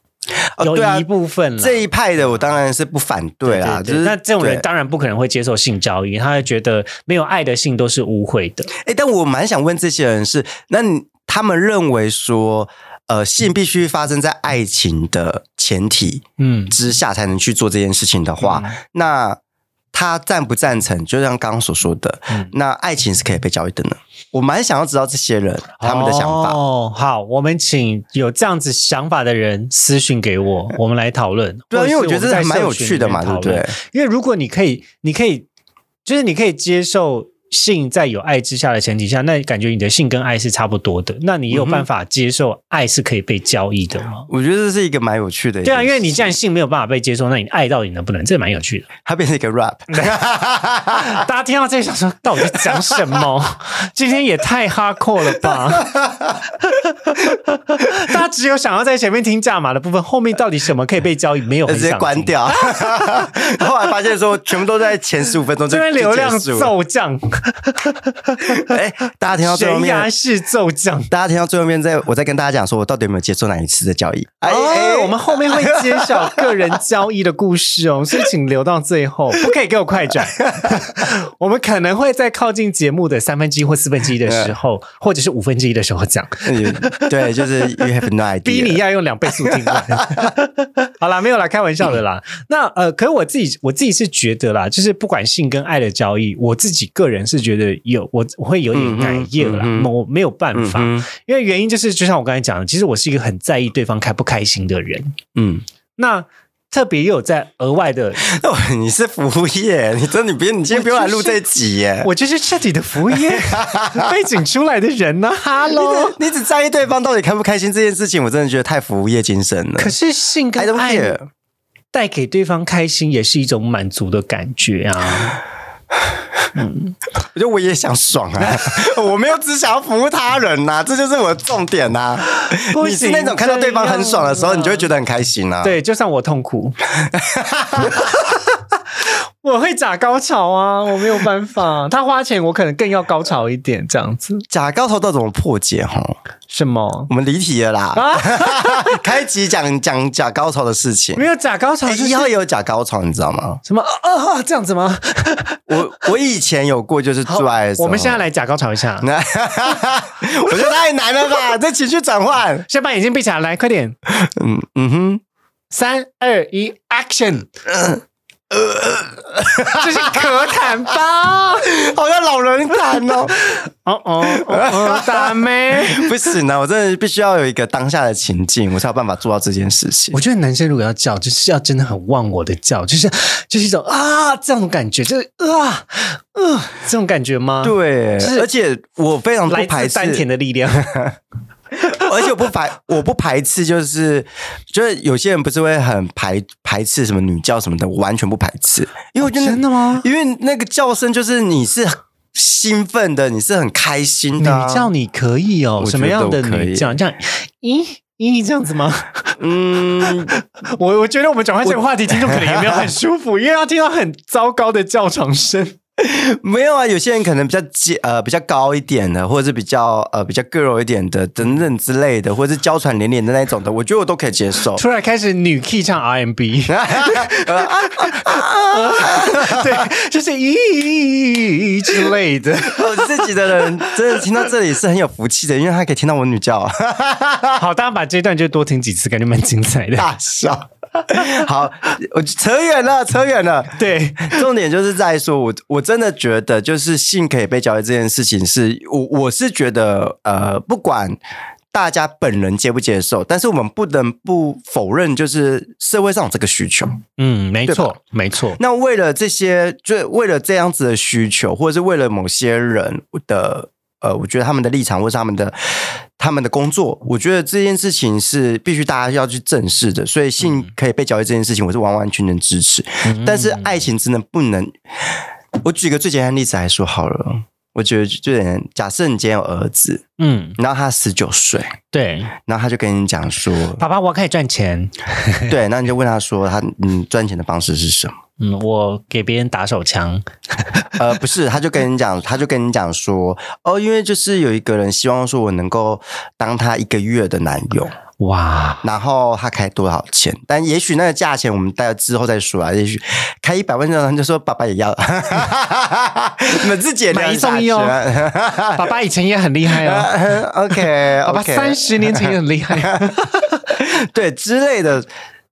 S2: 哦
S1: 有
S2: 对啊
S1: 一部分啦。
S2: 这一派的我当然是不反对啦，
S1: 对
S2: 就是
S1: 那这种人
S2: 对
S1: 当然不可能会接受性交易，他会觉得没有爱的性都是污秽的。
S2: 哎、但我蛮想问这些人是，那你他们认为说，呃，性必须发生在爱情的前提
S1: 嗯，
S2: 之下才能去做这件事情的话，那他赞不赞成？就像刚刚所说的，
S1: 嗯
S2: 那爱情是可以被交易的呢？我蛮想要知道这些人他们的想法。
S1: 哦，好，我们请有这样子想法的人私讯给 我，我们来讨论。
S2: 对啊，
S1: 或者
S2: 因
S1: 是
S2: 为我觉得
S1: 们在
S2: 这蛮有
S1: 社群
S2: 趣的嘛，
S1: 里
S2: 对
S1: 面
S2: 不
S1: 讨论
S2: 对？？
S1: 因为如果你可以，你可以，就是你可以接受性在有爱之下的前提下，那感觉你的性跟爱是差不多的，那你有
S2: 嗯
S1: 办法接受爱是可以被交易的吗？
S2: 我觉得这是一个蛮有趣的一
S1: 对
S2: 件事。
S1: 啊，因为你既然性没有办法被接受，那你爱到底能不能？这蛮有趣的。
S2: 它变成一 个 rap，
S1: 大家听到这里想说，到底在讲什 么？今天也太 hardcore 了吧！大家只有想要在前面听价码的部分，后面到底什么可以被交易，没有很
S2: 直接
S1: 想
S2: 关
S1: 听。
S2: 掉。 后来发现说，全部都在前十五分钟就
S1: 这边流量
S2: 就结束了。
S1: 骤降，
S2: 哎，大家听到最后
S1: 悬
S2: 面，
S1: 崖式骤降。
S2: 大家听到最后面在，我在跟大家讲说，我到底有没有接受哪一次的交易？哎
S1: 哦，
S2: 哎，
S1: 我们后面会揭晓个人交易的故事 哦，所以请留到最后，不可以给我快转。我们可能会在靠近节目的三分之一或四分之一的时候，或者是五分之一的时候讲。
S2: 嗯 对，就是 you have no idea，
S1: 逼你要用两倍速 听完。好啦，没有啦，开玩笑的啦。那呃，可是我自己我自己是觉得啦，就是不管性跟爱的交易，我自己个人是觉得有我我会有点改业啦，
S2: 嗯哼嗯哼
S1: 我没有办法，
S2: 嗯
S1: 因为原因就是就像我刚才讲的，其实我是一个很在意对方开不开心的人。
S2: 嗯，
S1: 那特别又有在额外 的，
S2: 哦你是服务业， 你真的你别，你今天不用来录这集耶。
S1: 我就是彻底的服务 业背景出来的人啊呢、哈喽。
S2: 你只在意对方到底开不开心这件事情，我真的觉得太服务业精神了
S1: 可。是性
S2: I
S1: 跟
S2: don't
S1: 爱
S2: care，
S1: 带给对方开心，也是一种满足的感觉啊。
S2: 我觉得我也想爽啊， 我没有只想要服务他人呐、这就是我的重点呐、
S1: 不
S2: 你是
S1: 行
S2: 那种看到对方很爽的时
S1: 这
S2: 候，
S1: 样啊
S2: 你就会觉得很开心啊。
S1: 对，就算我痛苦， 我会假高潮啊，我没有办法。他花钱，我可能更要高潮一点，这样子。
S2: 假高潮到底怎么破解？哈，
S1: 什么？
S2: 我们离题了啦，
S1: 啊，
S2: 开集讲讲假高潮的事情。
S1: 没有假高潮
S2: 哎
S1: 就是
S2: 一号也有假高潮，你知道吗？
S1: 什么啊啊啊这样子 吗？
S2: 我我以前有过，就是做爱的时候。
S1: 我们现在来假高潮一下，
S2: 那， 我觉得太难了 吧？这情绪转换，
S1: 先把眼睛闭起来，啊来快点，
S2: 嗯嗯哼，
S1: 三二一，Action！这是咳痰吧？
S2: 好像老人 谈哦。
S1: 哦哦哦哦，大妹。
S2: 不行啊，我真的必须要有一个当下的情境，我才有办法做到这件事情
S1: 我。觉得男生如果要叫，就是要真的很忘我的叫，就是就是一种啊这种感觉，就是啊呃这种感觉吗？，
S2: 对
S1: 就是，
S2: 而且我非常不
S1: 来
S2: 排
S1: 自
S2: 斥，
S1: 丹田的力量。
S2: 而且我不排，我不排斥，就是就是有些人不是会很排排斥什么女教什么的，我完全不排斥，因为我觉得、
S1: 哦真的吗？
S2: 因为那个叫声就是你是兴奋的，你是很开心
S1: 女
S2: 的啊、
S1: 叫你可以哦，
S2: 我觉得
S1: 什么样的
S2: 我可以
S1: 女叫？这样咦咦这样子 吗？
S2: 嗯，
S1: 我我觉得我们转换这个话题，听众可能也没有很舒 服，因为要听到很糟糕的叫床声。
S2: 没有啊，有些人可能比较尖呃比较高一点的，或者是比较呃比较 girl 一点的等等之类的，或者是娇喘连连的那一种的，我觉得我都可以接 受。
S1: 突然开始女 key 唱 RMB，对，就是咦咦咦之类的。
S2: 我自己的人真的听到这里是很有福气的，因为他可以听到我女叫
S1: 好，大家把这一段就多听几次，感觉蛮精彩的。
S2: 大笑。好，我扯远了，扯远了。
S1: 对，
S2: 重点就是在说，我我真的觉得，就是性可以被交易这件事情是，我我是觉得，呃，不管大家本人接不接受，但是我们不能不否认，就是社会上有这个需求。
S1: 嗯，没
S2: 对吧
S1: 错，没错。
S2: 那为了这些，就为了这样子的需求，或者是为了某些人的呃，我觉得他们的立场或是他们的他们的工作，我觉得这件事情是必须大家要去正视的。所以性可以被交易这件事情，我是完完全全支持。
S1: 嗯
S2: 但是爱情真的不能。我举个最简单的例子来说好了，我觉得最简单。假设你今天有儿子，
S1: 嗯，
S2: 然后他十九岁，
S1: 对，
S2: 然后他就跟你讲说，
S1: 爸爸，我可以赚钱。啊
S2: 对，那你就问他说，他你赚钱的方式是什么？
S1: 嗯，我给别人打手枪。
S2: 呃，不是，他就跟你讲，他就跟你讲说，哦，因为就是有一个人希望说我能够当他一个月的男友，
S1: 哇，
S2: 然后他开多少钱？但也许那个价钱我们待之后再说啊。也许开一百万的人就说爸爸也要， 你们自己也
S1: 买
S2: 聊
S1: 一送一哦
S2: 啊
S1: 爸爸以前也很厉害 哦。
S2: 呃 OK，
S1: 爸爸三十年前也很厉 害。
S2: 对之类的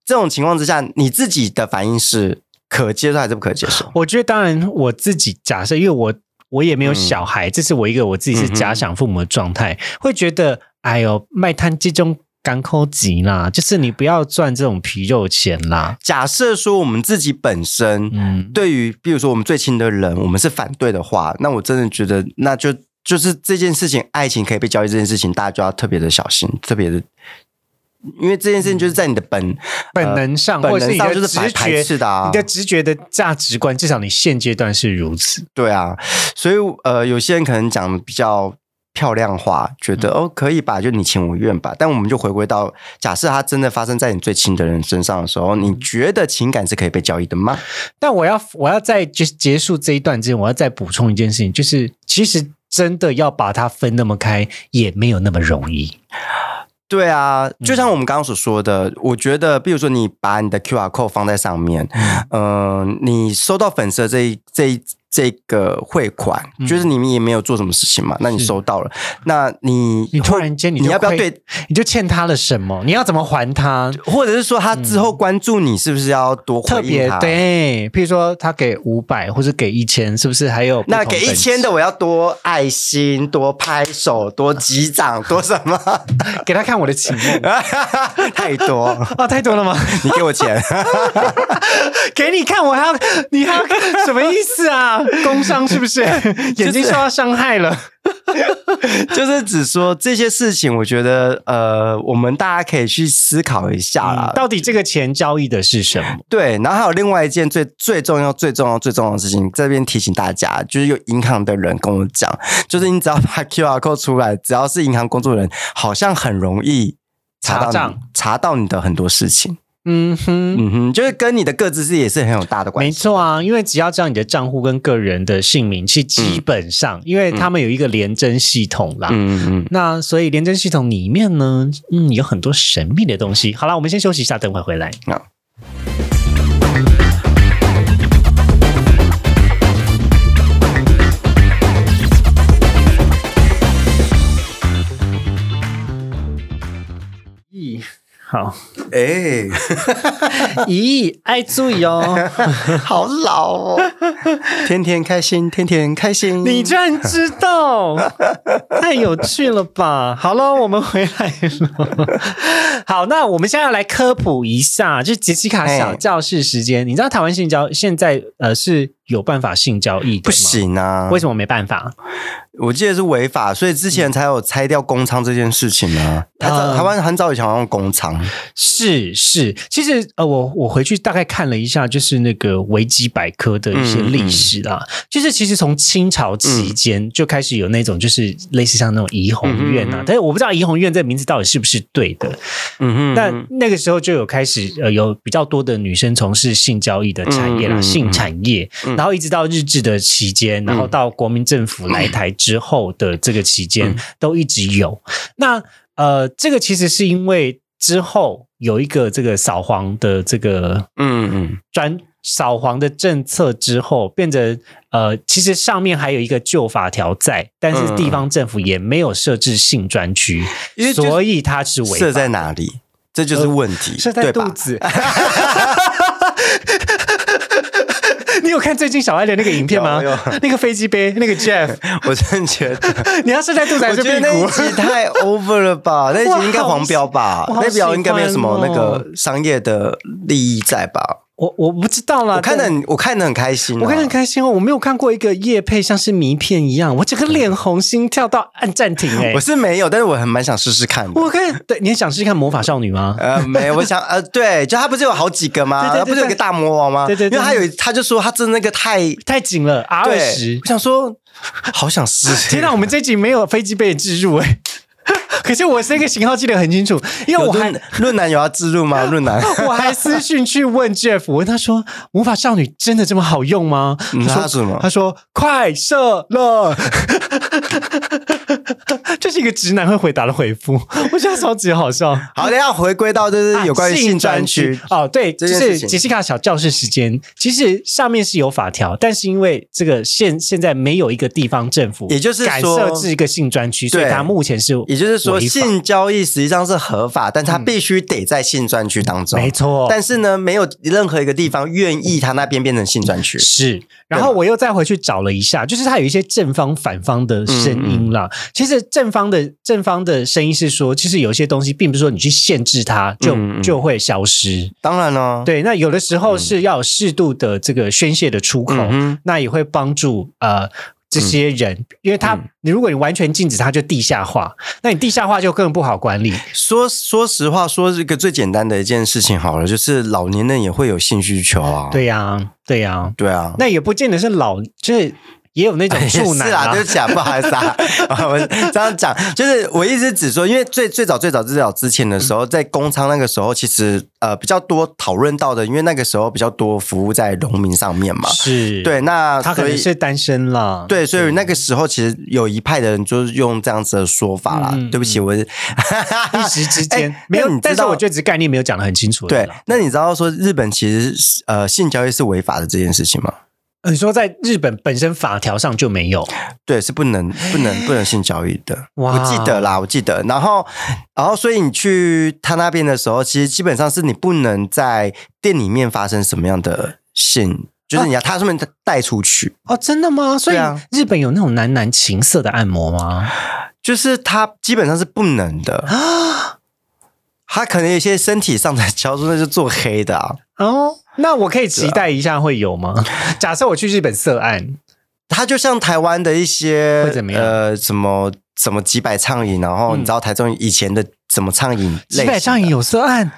S2: 这种情况之下，你自己的反应是可接受还是不可接受？
S1: 我觉得，当然我自己假设，因为我我也没有小
S2: 嗯
S1: 孩，这是我一个我自己是假想父母的状态，会觉得，哎呦，卖摊这种港口级啦，就是你不要赚这种皮肉钱啦。
S2: 假设说我们自己本身，
S1: 嗯，
S2: 对于比如说我们最亲的人，我们是反对的话，那我真的觉得那就就是这件事情，爱情可以被交易这件事情，大家就要特别的小心，特别的，因为这件事情就是在你的本、
S1: 本能上，
S2: 呃本
S1: 或者是
S2: 能
S1: 你
S2: 上
S1: 的
S2: 就是排
S1: 直
S2: 排
S1: 觉。
S2: 斥的啊
S1: 你，的直觉的价值观，至少你现阶段是如此。
S2: 对啊，所以呃，有些人可能讲的比较。漂亮话，觉得
S1: 嗯
S2: 哦可以吧，就你情我愿吧。但我们就回归到，假设它真的发生在你最亲的人身上的时候，
S1: 嗯
S2: 你觉得情感是可以被交易的吗？
S1: 但我要我要在就是结束这一段之前，我要再补充一件事情，就是其实真的要把它分那么开，也没有那么容易。
S2: 对啊，就
S1: 嗯
S2: 像我们刚刚所说的，我觉得，比如说你把你的 QR code 放在上面，嗯、你收到粉丝的这一这一这个汇款，就是
S1: 嗯
S2: 你们也没有做什么事情嘛，那你收到了，那你
S1: 你突然间你就
S2: 你要不要
S1: 亏
S2: 对，
S1: 你就欠他了什么？你要怎么还他？
S2: 或者是说他之后关注你，是不是要多
S1: 嗯特
S2: 回应
S1: 别
S2: 他？
S1: 对，譬如说他给五百或者给一千，是不是还有不
S2: 那
S1: 同
S2: 给一
S1: 等级
S2: 千的，我要多爱心、多拍手、多击掌、多什么？
S1: 给他看我的题目
S2: 太多，
S1: 啊？太多了吗？
S2: 你给我钱。
S1: 给你看，我还要你还要什么意思啊？ 工伤是不是？眼睛受到伤害了？
S2: 就是只说这些事情，我觉得呃，我们大家可以去思考一下啦。
S1: 到底这个钱交易的是什么？
S2: 对，然后还有另外一件最最重要、最重要、最重要的事情，这边提醒大家，就是有银行的人跟我讲，就是你只要把 QR code 出来，只要是银行工作人员，好像很容易查到
S1: 查
S2: 你
S1: 账
S2: 查到你的很多事情。
S1: 嗯哼，
S2: 嗯哼，就是跟你的各自是也是很有大的关系。
S1: 没错啊，因为只要知道你的账户跟个人的姓名，是基本上，因为他们有一个廉征系统啦。
S2: 嗯嗯嗯，
S1: 那所以廉征系统里面呢，嗯，有很多神秘的东西。好啦，我们先休息一下，等会回来。
S2: 好。
S1: 咦，好，
S2: 哎、
S1: 咦，爱注意哦，
S2: 好老哦！天天开心，天天开心。
S1: 你居然知 道，太有趣了吧？好了，我们回来了。 好，那我们现在要来科普一下，就是杰西卡小教室时间。你知道台湾性交现在呃是有办法性交易的吗？
S2: 不，行啊！
S1: 为什么没办法？
S2: 我记得是违法，所以之前才有拆掉公仓这件事情啊。台早
S1: 嗯
S2: 台湾很早以前用公仓，
S1: 是是，其实呃，我我回去大概看了一下，就是那个维基百科的一些历史啦，就是其实从清朝期间就开始有那种就是类似像那种怡红院啊，
S2: 嗯嗯嗯
S1: 但是我不知道怡红院这个名字到底是不是对的，
S2: 嗯哼，
S1: 但那个时候就有开始呃有比较多的女生从事性交易的产业啦，
S2: 嗯嗯嗯嗯
S1: 性产业，然后一直到日治的期间，然后到国民政府来台之后的这个期间，
S2: 嗯
S1: 都一直有。那呃，这个其实是因为之后有一个这个扫黄的这个
S2: 嗯嗯
S1: 专。扫黄的政策之后，变成呃，其实上面还有一个旧法条在，但是地方政府也没有设置性专区，
S2: 嗯因为就是
S1: 所以它是违
S2: 射
S1: 法
S2: 在哪里？这就是问题，
S1: 射在
S2: 对
S1: 肚
S2: 吧？
S1: 子。 你有看最近小爱的那个影片吗
S2: 有有？
S1: 那个飞机杯，那个 Jeff，
S2: 我真的觉得，
S1: 你要射 在肚子还
S2: 我
S1: 是
S2: 觉
S1: 屁
S2: 得那一
S1: 股？
S2: 集太 over 了 吧？那一集应该黄标吧？
S1: 我好喜
S2: 那标应该没有什么
S1: 我好
S2: 那
S1: 喜欢哦
S2: 个商业的利益在吧？
S1: 我我不知道啦。
S2: 我看
S1: 但
S2: 的我看的很开心啊，
S1: 啊我看得很开心哦，我没有看过一个夜配像是迷片一样，我整个脸红，心跳到按暂 停哎、
S2: 我是没有，但是我很蛮想试试看的。
S1: 我看，对，你很想试试看魔法少女吗？
S2: 呃，没有，我想，呃，对，就他不是有好几个
S1: 对
S2: 吗？
S1: 对对
S2: 他不是有一个
S1: 对
S2: 大魔王吗？
S1: 对对对
S2: 因为他有一，他就说他真的那个太
S1: 太紧了，R 二
S2: 对
S1: 十
S2: 我。想说，好想试。
S1: 天哪，我们这集没有飞机杯的置入哎、 可是我这个型号记得很清楚，因为
S2: 有
S1: 我还
S2: 论论坛有要自入 吗？论坛
S1: 我还私讯去问 Jeff，我问他说：“魔法少女真的这么好用吗？”
S2: 嗯
S1: 他说
S2: 他说什么
S1: 他说：“快射了。” 这是一个直男会回答的回复，我觉得超级好笑。
S2: 好，等一下回归到就是
S1: 啊
S2: 有关于性专区。
S1: 哦，对，就
S2: 这件
S1: 是
S2: 事情
S1: 杰西卡小教室时间，其实上面是有法条，但是因为这个现现在没有一个地方政府，
S2: 也就是
S1: 敢
S2: 说
S1: 设置一个性专区，所以
S2: 对
S1: 它目前是
S2: 也就是说，
S1: 违法嗯
S2: 性交易实际上是合法，但他必须得在性专区当中。
S1: 没错，
S2: 但是呢，没有任何一个地方愿意他那边变成性专区。
S1: 是，然
S2: 啊
S1: 后我又再回去找了一下，就是它有一些正方、反方的
S2: 嗯
S1: 声音啦。其实正方的正方的声音是说，其实有一些东西并不是说你去限制它就、
S2: 嗯嗯
S1: 就会消失。
S2: 当然了，
S1: 对，那有的时候是要有适度的这个宣泄的出口，
S2: 嗯哼
S1: 那也会帮助呃。这些人，因为他，
S2: 嗯
S1: 你如果你完全禁止，他就地下化，那你地下化就更不好管理。
S2: 说说实话，说一个最简单的一件事情好了，就是老年人也会有性需求啊。
S1: 对呀、对呀、
S2: 对啊，
S1: 那也不见得是老，就是也有那种处男
S2: 哎是啦，对不 起啊，不好意思啊， 我这样讲，就是我一直只说，因为最最早最早最早之前的时候，在工仓那个时候，其实呃比较多讨论到的，因为那个时候比较多服务在农民上面嘛。
S1: 是，
S2: 对，那
S1: 他可
S2: 啊所
S1: 能
S2: 以
S1: 是单身啦。
S2: 对，所以那个时候其实有一派的人就是用这样子的说法啦。
S1: 嗯
S2: 对不起，我
S1: 一时之间、
S2: 哎
S1: 没
S2: 那
S1: 有
S2: 你，知
S1: 但是
S2: 道
S1: 我觉得只是概念没有讲的很清楚而已
S2: 对
S1: 啦。，
S2: 那你知道说日本其实是呃性交易是违法的这件事情吗？
S1: 呃你说在日本本身法条上就没有，
S2: 对，是不能不能不能性交易的。
S1: 哇
S2: 我记得啦，我记得。然后，然后，所以你去他那边的时候，其实基本上是你不能在店里面发生什么样的性，就是你要他们带出去，
S1: 哦，真的吗？所以
S2: 对啊
S1: 日本有那种男男情色的按摩吗？
S2: 就是他基本上是不能的。
S1: 啊，
S2: 他可能有一些身体上的 交触，那是做黑的啊。
S1: 哦，那我可以期待一下会有吗？ 假设我去日本色案，
S2: 他就像台湾的一些
S1: 会怎么样嗯
S2: 呃，什么什么几百畅饮，然后你知道台中以前的怎么畅饮类
S1: 基
S2: 型的，
S1: 本上有色案，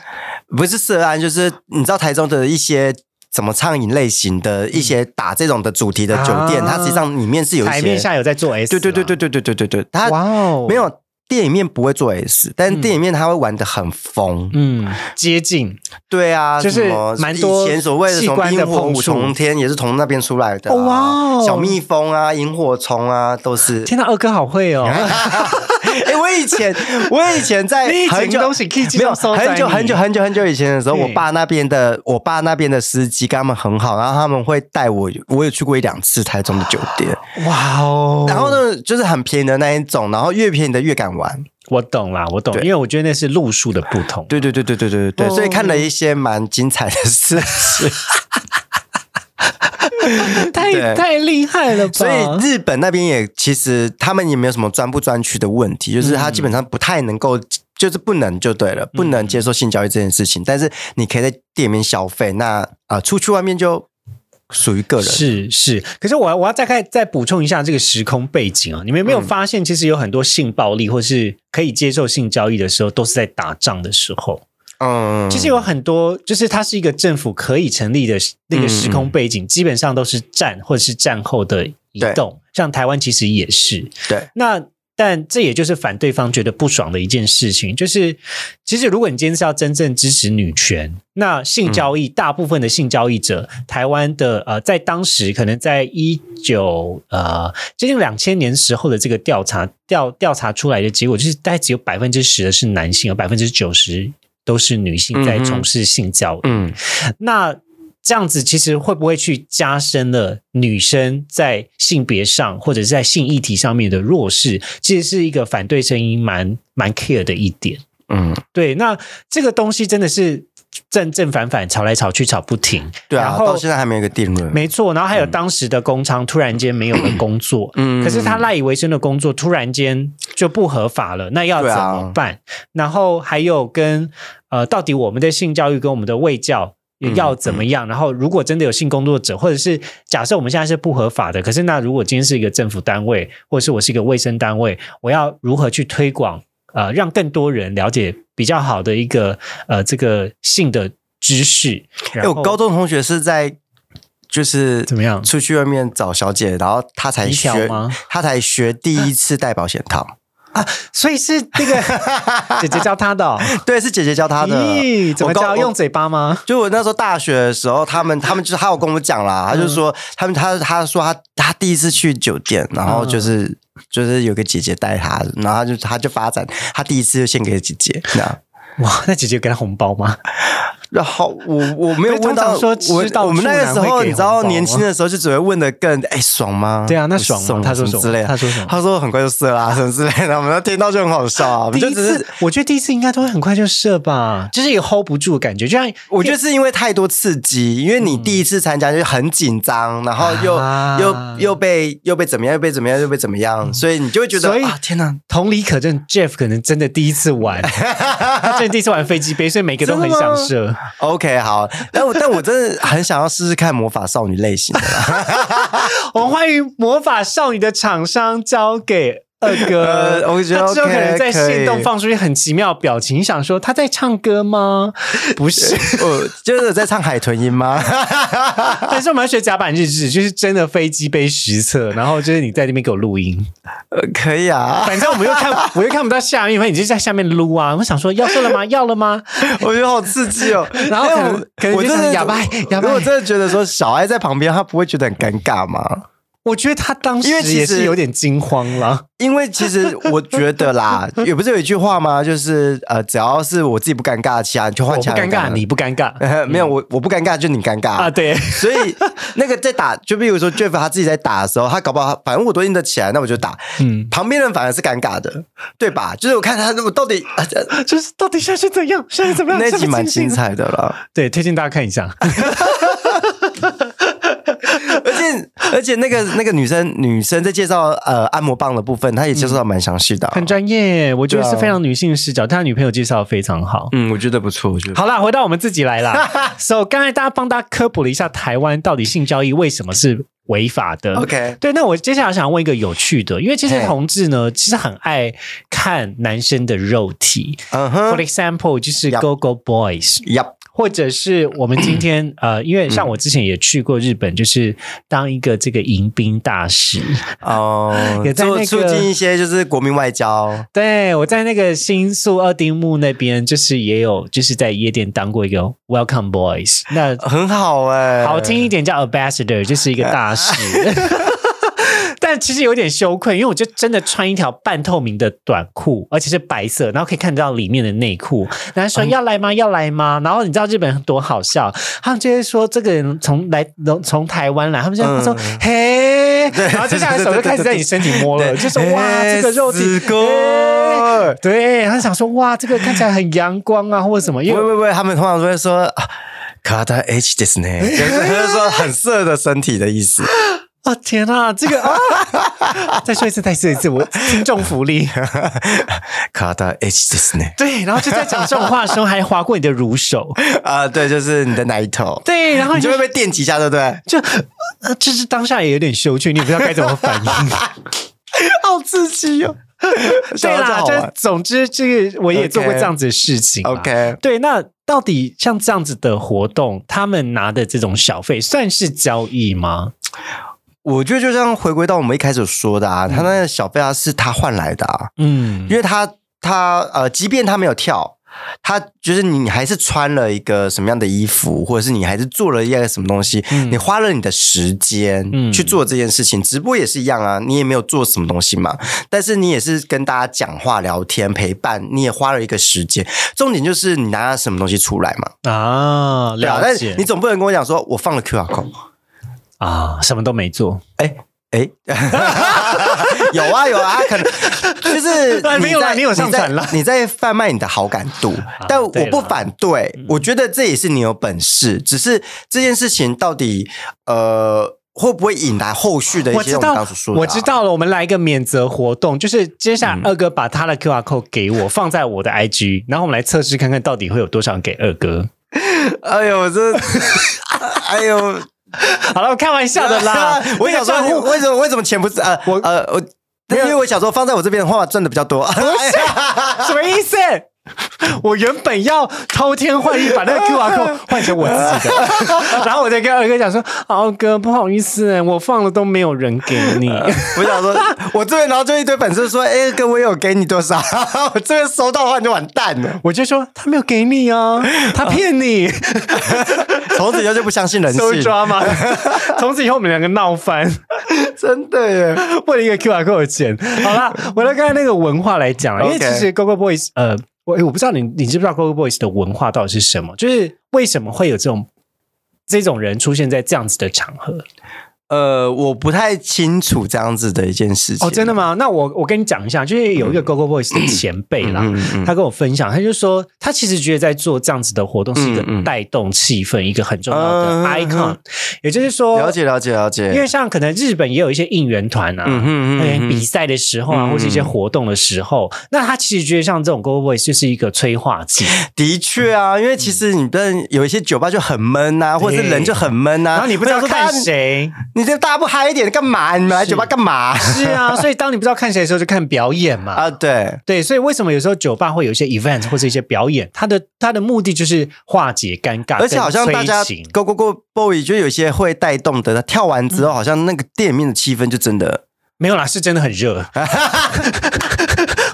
S2: 不是涉案，就是你知道台中的一些怎么畅饮类型的一些打这种的主题的酒店，
S1: 啊
S2: 它实际上里面是有一些
S1: 台面下有在做 S，
S2: 对对对对
S1: 啦，
S2: 对对对对对，它
S1: 哇哦，
S2: 没有电影面不会做 S，但电影面他会玩的很疯。
S1: 嗯，接近
S2: 对啊，
S1: 就是
S2: 什么
S1: 蛮多
S2: 以前所谓的什
S1: 器
S2: 么
S1: 官
S2: 萤
S1: 的
S2: 火
S1: 碰
S2: 五
S1: 触
S2: 重天也是从那边出来的、啊。
S1: 哦哇哦
S2: 小蜜蜂啊，萤火虫啊，都是。
S1: 天哪，二哥好会哦！
S2: 哎、我以前我以前在
S1: 你以前
S2: 哎很久
S1: 东西可以
S2: 没有
S1: 收
S2: 很久很久很久很久以前的时候，
S1: 对
S2: 我爸那边的我爸那边的司机跟他们很好，然后他们会带我，我有去过一两次台中的酒店，
S1: 哇哦！
S2: 然后呢就是很便宜的那一种，然后越便宜的越敢玩。
S1: 我懂啦，我懂，
S2: 对
S1: 因为我觉得那是路数的不同。
S2: 对对对对对对对，
S1: 哦嗯
S2: 所以看了一些蛮精彩的事情。对
S1: 太太厉害了吧！
S2: 所以日本那边也其实他们也没有什么专不专区的问题，
S1: 嗯
S2: 就是他基本上不太能够。就是不能就对了，不能接受性交易这件事情。但是你可以在店里面消费，那啊、呃出去外面就属于个人。
S1: 是是，可是我我要再看再补充一下这个时空背景啊，你们有没
S2: 嗯
S1: 有发现，其实有很多性暴力或是可以接受性交易的时候，都是在打仗的时候。
S2: 嗯，
S1: 其实有很多，就是它是一个政府可以成立的那个时
S2: 嗯
S1: 空背景，基本上都是战或者是战后的移动，像台湾其实也是。
S2: 对，
S1: 那但这也就是反对方觉得不爽的一件事情，就是其实如果你今天是要真正支持女权，那
S2: 嗯
S1: 性交易、大部分的性交易者，台湾的呃，在当时可能在一九呃接近两千年时候的这个调查调调查出来的结果，就是大概只有百分之十的是男性，而百分之九十都是女性在
S2: 嗯哼
S1: 从事性交易。
S2: 嗯，
S1: 那这样子其实会不会去加深了女生在性别上或者是在性议题上面的弱势？其实是一个反对声音蛮蛮 care 的一点。
S2: 嗯，
S1: 对，那这个东西真的是正正反反吵来吵去吵不停。
S2: 对
S1: 然
S2: 啊，
S1: 后
S2: 到现在还没有一个定论。
S1: 没错，然后还有当时的工厂突然间没有了工作，
S2: 嗯
S1: 可是他赖以为生的工作突然间就不合法了，那要怎
S2: 对啊
S1: 么办？然后还有跟呃，到底我们的性教育跟我们的卫教要怎么样？然后如果真的有性工作者，或者是假设我们现在是不合法的，可是那如果今天是一个政府单位，或者是我是一个卫生单位，我要如何去推广？呃，让更多人了解比较好的一个呃这个性的知识。然
S2: 哎，
S1: 后
S2: 我高中同学是在就是
S1: 怎么样
S2: 出去外面找小姐，然后他才
S1: 一条
S2: 学
S1: 吗，
S2: 他才学第一次戴保险 套。
S1: 所以是那个 姐姐教他的、哦，
S2: 对，是姐姐教他的。
S1: 咦怎么
S2: 我高
S1: 教？
S2: 我
S1: 用嘴巴吗？
S2: 就我那时候大学的时候，他 们他们就是他有跟我讲啦，他就说他
S1: 嗯
S2: 们他他说他他第一次去酒店，然后就是。就是有个姐姐带他，然后他就他就发展，他第一次就献给姐姐，这样。
S1: 哇， 那姐姐有给他红包吗？
S2: 啊然后我我没有
S1: 因为
S2: 问
S1: 通
S2: 到，
S1: 常说
S2: 我
S1: 知道
S2: 我们那个
S1: 处男
S2: 时
S1: 会
S2: 候，
S1: 给
S2: 你知道
S1: 红包
S2: 年轻的时候就只会问的更哎爽吗？
S1: 对啊，那爽啊吗？他说什
S2: 什
S1: 么？
S2: 之类
S1: 他
S2: 的？
S1: 说什么？
S2: 他说很快就射啊啦，什么之类的，我们听到就很好笑啊。我们
S1: 第
S2: 就
S1: 一
S2: 只是
S1: 次，我觉得第一次应该都会很快就射吧，就是也 hold 不住的感觉，就像
S2: 我觉得是因为太多刺激，因为你第一次参加就很紧张，然后又、
S1: 啊嗯
S2: 又又被又被怎么样，又被怎么样，又被怎么样，所以你就会觉得
S1: 所以
S2: 啊，天哪，
S1: 同理可证，Jeff 可能真的第一次 玩，他真的第一次玩飞机杯，所以每个都很想射。
S2: ！OK，好，但我但我真的很想要试试看魔法少女类型 的啦。
S1: 我们欢迎魔法少女的厂商交给。二哥
S2: 呃，我觉得
S1: 他之后
S2: OK，
S1: 可能在
S2: 可以
S1: 线动放出一些很奇妙的表情，你想说他在唱歌吗？不是，
S2: 我就是有在唱海豚音吗？
S1: 但是我们要学甲板日志，就是真的飞机杯实测，然后就是你在那边给我录音，
S2: 呃可以啊，
S1: 反正我们又看，我又看不到下面，因为你就在下面撸啊。我想说，要射了 吗？要了吗？
S2: 我觉得好刺激哦。
S1: 然后可能可能
S2: 因为我我
S1: 就
S2: 真
S1: 想
S2: 的
S1: 哑巴哑巴
S2: 我真的觉得说小爱在旁边，她不会觉得很尴 尬吗？
S1: 我觉得他当时
S2: 因为其实
S1: 也是有点惊慌了。
S2: 因为其实我觉得啦，也不是有一句话吗？就是呃，只要是我自己不尴尬，其他人就
S1: 我啊
S2: 换
S1: 哦不
S2: 其他
S1: 尴
S2: 人
S1: 尬，你不尴尬
S2: 没有我我不尴尬，就你尴尬
S1: 啊？对，
S2: 所以那个在打，就比如说 Jeff 他自己在打的时候，他搞不好反正我都硬得起来，那我就打。
S1: 嗯，
S2: 旁边人反而是尴尬的，对吧？就是我看他我到底、 呃
S1: 就是到底现在是怎样？现在怎么样？
S2: 那
S1: 现
S2: 集
S1: 在
S2: 蛮
S1: 清醒
S2: 精
S1: 了。
S2: 彩的啦，
S1: 对，推荐大家看一下。
S2: 而且而且那个那个女生女生在介绍呃按摩棒的部分，她也介绍的蛮详细的啊、
S1: 很专业，我觉得
S2: 对啊
S1: 是非常女性视角。他女朋友介绍得非常好。
S2: 嗯，我觉得不错，我觉得
S1: 好啦，回到我们自己来 啦。so，刚才大家帮大家科普了一下台湾到底性交易为什么是违法的。
S2: OK
S1: 对，那我接下来想问一个有趣的，因为其实
S2: 嘿
S1: 同志呢，其实很爱看男生的肉体。
S2: 嗯
S1: For
S2: 哼
S1: 嗯 example，就是
S2: 嗯 Yup
S1: Go Go Boys，
S2: ，Yup，
S1: 或者是我们今 天呃，因为像
S2: 嗯
S1: 我之前也去过日本，就是当一个这个迎宾大使。
S2: 哦，
S1: 也在那
S2: 做
S1: 个
S2: 促进一些就是国民外交。
S1: 对我在那个新宿二丁目那边，就是也有就是在夜店当过一个 Welcome Boys，那
S2: 很好哎、
S1: 好听一点叫 ambassador，就是一个大使。但其实有点羞愧，因为我就真的穿一条半透明的短裤，而且是白色，然后可以看到里面的内裤。然后说、要来吗？要来吗？然后你知道日本人多好笑，他们就会说这个人从来从从台湾来，他们就他说、嘿，然后接下来手就开始在你身体摸了，就说哇
S2: 哎
S1: 这个肉体，
S2: 死哥
S1: 哎对，他想说哇这个看起来很阳光啊，或者什么，因
S2: 喂
S1: 为
S2: 喂喂，他们通常都会说啊卡达 H で すね，就是说很色的身体的意思。
S1: 哦天啊，这个啊！ 再说一次，再说一次，我听众福 利。
S2: 卡达 H です ね。
S1: 对，然后就在讲这种话的时候，还划过你的乳手。
S2: 啊、对，就是你的奶头，
S1: 对，然后
S2: 你
S1: 你
S2: 就
S1: 就
S2: 会被电击一下，对不对？
S1: 就，呃，就是当下也有点羞怯，你也不知道该怎么反应。
S2: 好刺激哦！
S1: 对
S2: 想到这
S1: 啦，
S2: 好玩
S1: 就总之，这个我也做过这样子的事情啦。
S2: OK，
S1: 对，那到底像这样子的活动，他们拿的这种小费算是交易吗？
S2: 我觉得就像回归到我们一开始说的啊，他那个小贝啊是他换来的啊，
S1: 嗯
S2: 因为他他呃，即便他没有跳。他就是你，你还是穿了一个什么样的衣服，或者是你还是做了一个什么东西，
S1: 嗯
S2: 你花了你的时间
S1: 嗯
S2: 去做这件事情。直播也是一样啊，你也没有做什么东西嘛，但是你也是跟大家讲话、聊天、陪伴，你也花了一个时间。重点就是你拿了什么东西出来嘛，
S1: 啊，
S2: 对啊。
S1: 了
S2: 但
S1: 解
S2: 是你总不能跟我讲说我放了 QR code，
S1: 啊，什么都没做，
S2: 哎， 有啊有啊，可能就是
S1: 哎
S2: 你
S1: 没有啦
S2: 在
S1: 没有上传
S2: 你在
S1: 啦啊
S2: 你在贩卖你的好感度，但我
S1: 对啦嗯
S2: 不反对，我觉得这也是你有本事，只是这件事情到底呃会不会引来后续的一
S1: 我
S2: 些
S1: 知
S2: 我们
S1: 道
S2: 当时，说的啊嗯
S1: 我知道了。我们来一个免责活动，就是接下来二哥把他的 QR code 给我，放在我的 IG，然后我们来测试看看到底会有多少人给二哥。
S2: 哎呦这， 哎呦，。
S1: 好了，我开玩笑的啦
S2: 我想
S1: 那个账
S2: 说
S1: 户
S2: 为什么为什么钱不是呃
S1: 我
S2: 我呃我。因为我想说放在我这边的话赚的比较多，
S1: 啊什么意思？ 我原本要偷天换日，把那个 QR code 换成我自己的， 然后我再跟二哥讲说：“二哥，不好意思，我放了都没有人给 你。
S2: 我 想说，我这边然后就一堆粉丝说，哎、哥，我有给你多少？ 我这边收到的话你就完蛋了。”
S1: 我就说：“他没有给你啊，他骗 你。
S2: 从此以后就不相 信人
S1: So
S2: 性，
S1: drama，从此以后我们两个闹翻。
S2: 真的耶！
S1: 为了一个 QR code 的钱。好 啦，回到刚才那个文化来讲啊，因为
S2: OK
S1: 其实 Gogo Boys，呃，我我不知道你你知不知道 Gogo Boys 的文化到底是什么？就是为什么会有这种这种人出现在这样子的场合？
S2: 呃，我不太清楚这样子的一件事情。
S1: 哦，真的吗？那我我跟你讲一下，就是有一个 Gogo Boys 的前辈啦。
S2: 嗯嗯
S1: 他跟我分享，他就说，他其实觉得在做这样子的活动是一个
S2: 嗯嗯
S1: 带动气氛、一个很重要的
S2: 嗯
S1: icon，、也就是说，
S2: 了解了解了解。
S1: 嗯因为像可能日本也有一些应援团啊，
S2: 嗯哼
S1: 对，
S2: 嗯
S1: 比
S2: 哼，
S1: 赛的时候啊，
S2: 嗯
S1: 或是一些活动的时候，那他其实觉得像这种 Go Boys 就是一个催化 剂，
S2: 的确
S1: 嗯
S2: 啊，因为其实你但有一些酒吧就很闷呐、或者是人就很闷啊呐、
S1: 然后你不知道
S2: 我想说
S1: 看
S2: 大家，
S1: 谁，
S2: 你这大家不嗨一点干嘛？你们来
S1: 是
S2: 酒吧干 嘛？
S1: 是啊，所以当你不知道看谁的时候，就看表演嘛。
S2: 啊，对，
S1: 对，所以为什么有时候酒吧会有一些 event 或是一些表演，它的它的目的就是化解尴尬，
S2: 而且好像大家
S1: 跟催情
S2: go go go boy 就有一些会带动的，跳完之后好像那个店里面的气氛就真的
S1: 没有啦，是真的很 热，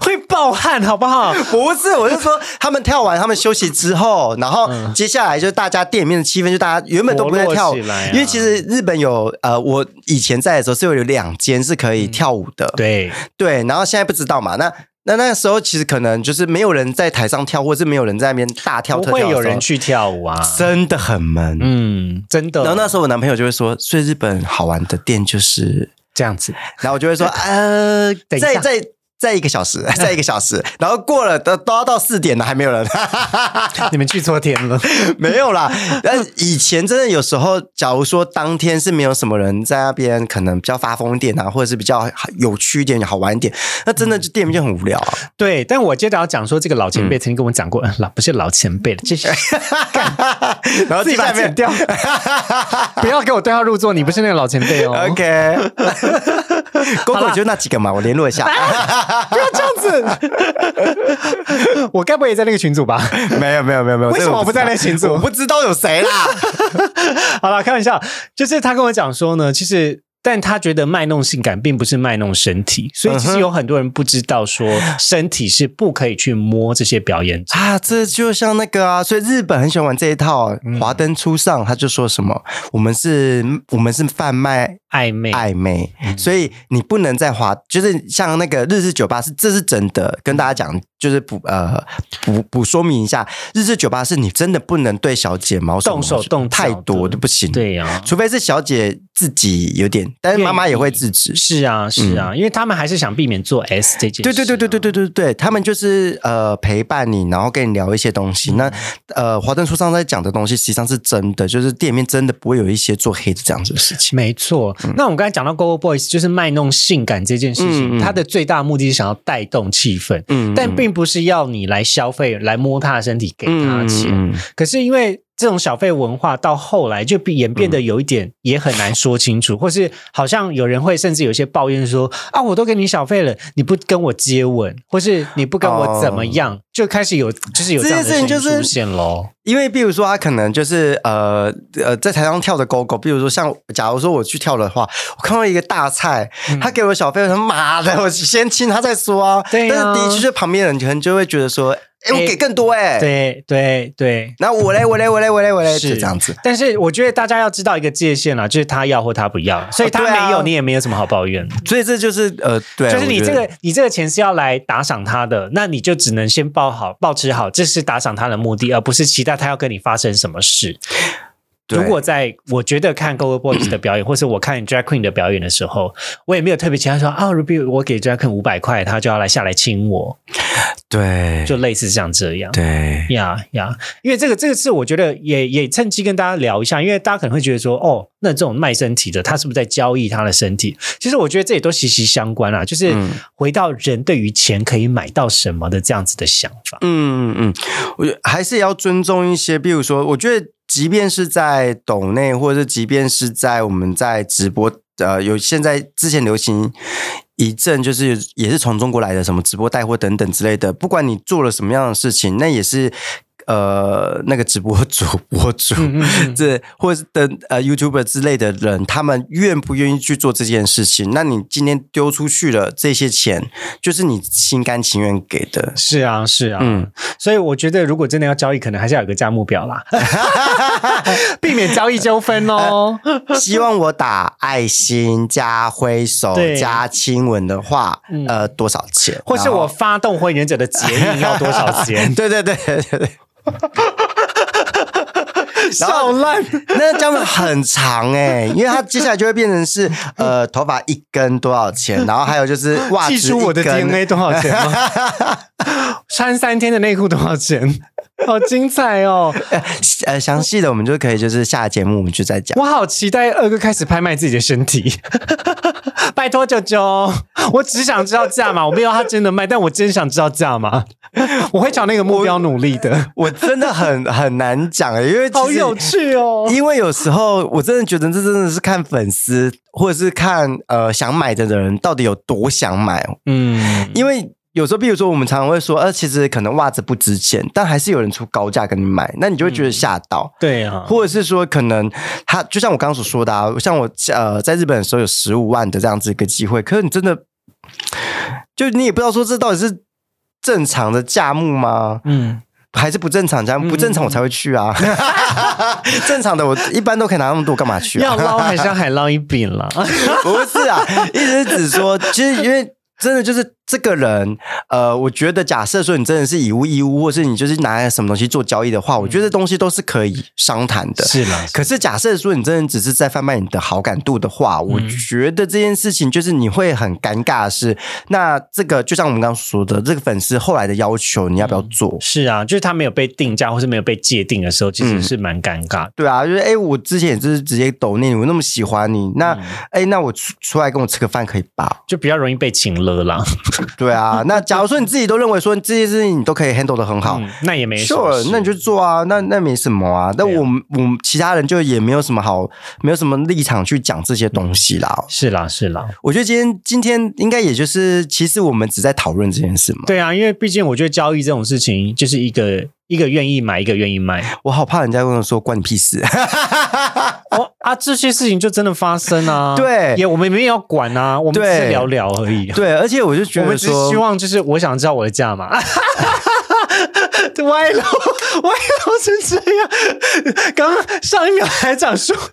S1: 会暴汗，好不好？
S2: 不是，我是说他们跳完，他们休息之后，然后
S1: 嗯
S2: 接下来就大家店里面的气氛，就大家原本都不在跳舞，
S1: 活络起来啊
S2: 因为其实日本有呃，我以前在的时候是有两间是可以跳舞的，
S1: 嗯对，
S2: 对然后现在不知道嘛，那。那那个时候其实可能就是没有人在台上跳，或者是没有人在那边大跳
S1: 不
S2: 特
S1: 会
S2: 跳，
S1: 有人，去跳舞啊，
S2: 真的很闷。
S1: 嗯，真的。
S2: 然后那时候我男朋友就会说，所以日本好玩的店就是
S1: 这样子，
S2: 然后我就会说，呃，
S1: 等一
S2: 再
S1: 下
S2: 再再一个小时，再一个小时，然后过了都都要到四点了，还没有人，
S1: 你们去错天了。
S2: 没有啦。但以前真的有时候，假如说当天是没有什么人在那边，可能比较发疯一点啊，或者是比较有趣一点、好玩一点，那真
S1: 嗯
S2: 的就店面就很 无聊啊。
S1: 对，但我接着要讲说，这个老前辈曾经跟我讲过，嗯老不是老前 辈了，这是
S2: 然后
S1: 自己
S2: 接
S1: 把它
S2: 下
S1: 剪
S2: 面
S1: 掉，不要给我对号入座， 你不是那个老前辈哦。啊
S2: OK，公公就那几个嘛，我联络一下。
S1: 不要这样 子。我该不会也在那个群组 吧？
S2: 没有没有没有没有，
S1: 为什么我不在那群组
S2: 我不知道有谁啦。
S1: 好了，开玩笑，就是他跟我讲说呢，其实。但他觉得卖弄性感并不是卖弄身体，所以其实有很多人不知道说身体是不可以去摸这些表演者。
S2: 啊，这就像那个啊，所以日本很喜欢玩这一套啊。华灯初上，他就说什么，我们是，我们是贩卖
S1: 暧昧，
S2: 暧昧，
S1: 嗯
S2: 所以你不能在华，就是像那个日式酒吧是，这是真的，跟大家讲，就是补呃补补说明一下，日式酒吧是你真的不能对小姐毛手
S1: 动手
S2: 毛脚
S1: 动脚
S2: 太多
S1: 的
S2: 都不行，，
S1: 对啊呀、
S2: 除非是小姐自己有点，但是妈妈也会制止，
S1: 是啊，是啊，因为他们还是想避免做 S 这件事、啊
S2: 对对对对对
S1: 对，
S2: 对对对，他们就是呃陪伴你，然后跟你聊一些东
S1: 嗯
S2: 西。那呃，华灯初上在讲的东西，实际上是真的，就是店里面真的不会有一些做黑的这样子的事情。
S1: 没错。那我们刚才讲到 Go Go Boys 就是卖弄性感这件事情，
S2: 嗯嗯
S1: 它的最大目的是想要带动气氛，
S2: 嗯
S1: 但并不是要你来消费、来摸他的身体给他钱。
S2: 嗯
S1: 可是因为这种小费文化到后来就演变得有一
S2: 嗯
S1: 点也很难说清楚， 或是好像有人会甚至有些抱怨说啊，我都给你小费了，你不跟我接吻，或是你不跟
S2: 哦
S1: 我怎么样，就开始有就是有这样的
S2: 这
S1: 声音
S2: 件事情就
S1: 出
S2: 是
S1: 现喽。
S2: 因为比如说他可能就是呃呃在台上跳的狗狗，比如说像假如说我去跳的话，我看到一个大菜，
S1: 嗯
S2: 他给我小费，我说妈的，我先亲他再说啊。
S1: 对啊
S2: 但是的确，旁边的人可能就会觉得说，哎，我
S1: 哎
S2: 给更多哎、欸，
S1: 对对对，
S2: 然后我嘞我嘞我嘞我嘞我嘞，就是这样子。。
S1: 但是我觉得大家要知道一个界限啦，就是他要或他不要，所以他
S2: 哦对啊
S1: 没有，你也没有什么好抱怨。
S2: 所以这就是呃，对，
S1: 就是
S2: 我
S1: 你
S2: 觉
S1: 这
S2: 得
S1: 个你这个钱是要来打赏他的，那你就只能先报好报持好，这是打赏他的目的，而不是期待他要跟你发生什么事。
S2: 对
S1: 如果在我觉得看 Go Go Boys 的表演，或是我看 Drag Queen 的表演的时候，我也没有特别期待说啊，如比如我给 Drag Queen 五百块，他就要来下来亲我，
S2: 对，
S1: 就类似像这样。
S2: 对，
S1: 呀呀，因为这个这个是我觉得也也趁机跟大家聊一下，因为大家可能会觉得说，哦，那这种卖身体的，他是不是在交易他的身体？其实我觉得这也都息息相关啦，就是
S2: 嗯
S1: 回到人对于钱可以买到什么的这样子的想法。
S2: 嗯嗯，我觉得还是要尊重一些，比如说，我觉得即便是在抖内，或者是即便是在我们在直播，呃，有现在之前流行。一阵就是也是从中国来的什么直播带货等等之类的，不管你做了什么样的事情，那也是呃那个直播主 博主、
S1: 嗯嗯
S2: 这或者是等呃 YouTuber 之类的人，他们愿不愿意去做这件事情？那你今天丢出去了这些钱，就是你心甘情愿给的。
S1: 是啊，是啊，
S2: 嗯，
S1: 所以我觉得如果真的要交易，可能还是要有个价目表啦， 避免交易纠纷 哦。
S2: 希望我打爱心加挥手
S1: 对嗯
S2: 加亲吻的话，呃，多少钱？
S1: 或是
S2: 然后
S1: 我发动火影忍者的结印要多少钱？
S2: 对对对对对对，然
S1: 笑
S2: 后
S1: 烂。
S2: 那这样很长哎、因为它接下来就会变成是 呃，头发一根多少钱，然后还有就是袜子
S1: 寄出我的
S2: 一根
S1: DNA 多少钱吗？ 穿三天的内裤多少钱？ 好精彩哦！
S2: 呃，详细的我们就可以就是下节目我们就再讲。
S1: 我好期待二哥开始拍卖自己的身体， 拜托舅舅，我只想知道价码，我没有他真的卖，但我真想知道价码，我会朝那个目标努力的。
S2: 我真的很 很难讲、欸，因为其实
S1: 好有趣哦！
S2: 因为有时候我真的觉得这真的是看粉丝或者是看呃想买的人到底有多想买，
S1: 嗯，
S2: 因为。有时候，比如说，我们常常会说，呃，其实可能袜子不值钱，但还是有人出高价跟你买，那你就会觉得吓到，
S1: 对啊，
S2: 或者是说，可能他就像我刚刚所说的啊，像我呃在日本的时候有十五万的这样子一个机会，可是你真的，呃就你也不知道说这到底是正常的价目吗？
S1: 嗯，
S2: 还是不正常，这样不正常我才会去啊。 正常的我一般都可以拿那么多，干嘛去
S1: 嗯要
S2: 啊？
S1: 捞还是要海捞一笔了？
S2: 不是啊，意思是指说，其实因为。真的就是这个人，呃，我觉得假设说你真的是以物易物，或是你就是拿什么东西做交易的话，我觉得这东西都是可以商谈的。
S1: 是啦，
S2: 可是假设说你真的只是在贩卖你的好感度的话，我觉得这件事情就是你会很尴尬的是，那这个就像我们刚刚说的，这个粉丝后来的要求，你要不要做？
S1: 是啊，就是他没有被定价或是没有被界定的时候，其实是蛮尴尬的。
S2: 对啊，就是哎、诶我之前也就是直接抖你，我那么喜欢你，那哎、诶那我出出来跟我吃个饭可以吧？
S1: 就比较容易被请了啦。
S2: 对啊，那假如说你自己都认为说这些事情你都可以 handle 的很好，
S1: 嗯，那也没什么
S2: Sure，
S1: 事
S2: 那你就做啊，那那没什么啊。但
S1: 对啊
S2: 我们、我们其他人就也没有什么好，没有什么立场去讲这些东西啦。
S1: 是啦是啦，
S2: 我觉得今天今天应该也就是，其实我们只在讨论这件事嘛。
S1: 对啊，因为毕竟我觉得交易这种事情就是一个一个愿意买，一个愿意卖。
S2: 我好怕人家跟我说关你屁事，
S1: 啊哦啊，这些事情就真的发生啊。
S2: 对
S1: 也我们没有要管啊，我们只是
S2: 对
S1: 聊聊而已。
S2: 对，而且我就觉
S1: 我
S2: 得
S1: 们只
S2: 说，
S1: 希望就是我想知道我的价嘛。 歪楼，歪楼成这样。刚刚上一秒还讲说， 上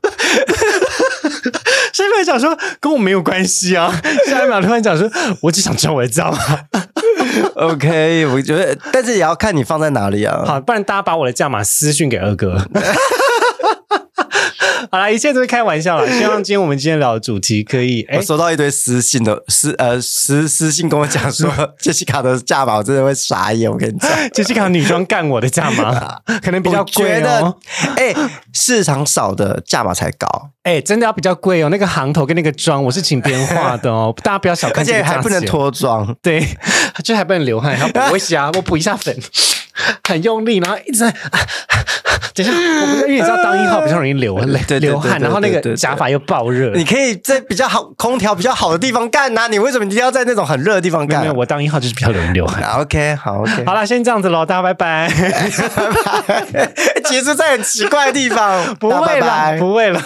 S1: 一秒还讲说跟我没有关系啊，下一秒突然讲说，我只想知道我的价嘛。
S2: OK，我觉得，但是也要看你放在哪里啊。
S1: 好，不然大家把我的价码私讯给二哥。 好啦，一切都是开玩笑啦。希望今天我们今天聊的主题可以，哎、
S2: 我收到一堆私信的私呃私私信跟我讲说， 杰西卡的价码我真的会傻眼，我跟你讲。
S1: 杰西卡女装干我的价 码可能比较
S2: 我觉
S1: 贵哦
S2: 得。， 哎、市场少的价码才 高，
S1: 哎、真的要比较贵哦。那个行头跟那个妆，我是请别人画的 哦，大家不要小
S2: 而
S1: 看这
S2: 且
S1: 个价钱。
S2: 还不能，脱妆。
S1: 对， 就还不能流汗，还要补一下， 我补一下粉，很用力，然后一直在。 啊啊啊等一下，我不是因为你知道当一号比较容易流泪
S2: 对对对
S1: 流汗，
S2: 对对
S1: 然后那
S2: 对对
S1: 个
S2: 对
S1: 假发又爆热。
S2: 你可以在比较好、空调比较好的地方干呐、你为什么一定要在那种很热的地方
S1: 没有
S2: 干
S1: 没有，？我当一号就是比较容易流汗。
S2: 啊 OK，好，OK，
S1: 好啦，先这样子喽，大家拜拜。
S2: 结束在很奇怪的地方，
S1: 不
S2: 大
S1: 会
S2: 家拜
S1: 啦，
S2: 拜
S1: 不会啦。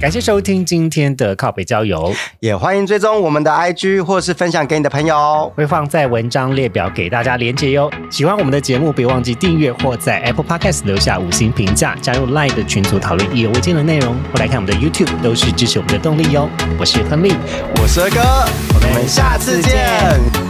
S1: 感谢收听今天的靠北郊游，
S2: 也欢迎追踪我们的 IG 或是分享给你的朋友哦。
S1: 会放在文章列表给大家连接哟。喜欢我们的节目，别忘记订阅或在 Apple Podcast 留下五星评价，加入 Line 的群组讨论意犹未尽的内容，或来看我们的 YouTube，都是支持我们的动力哟。我是亨利，
S2: 我是哥，我们下次见。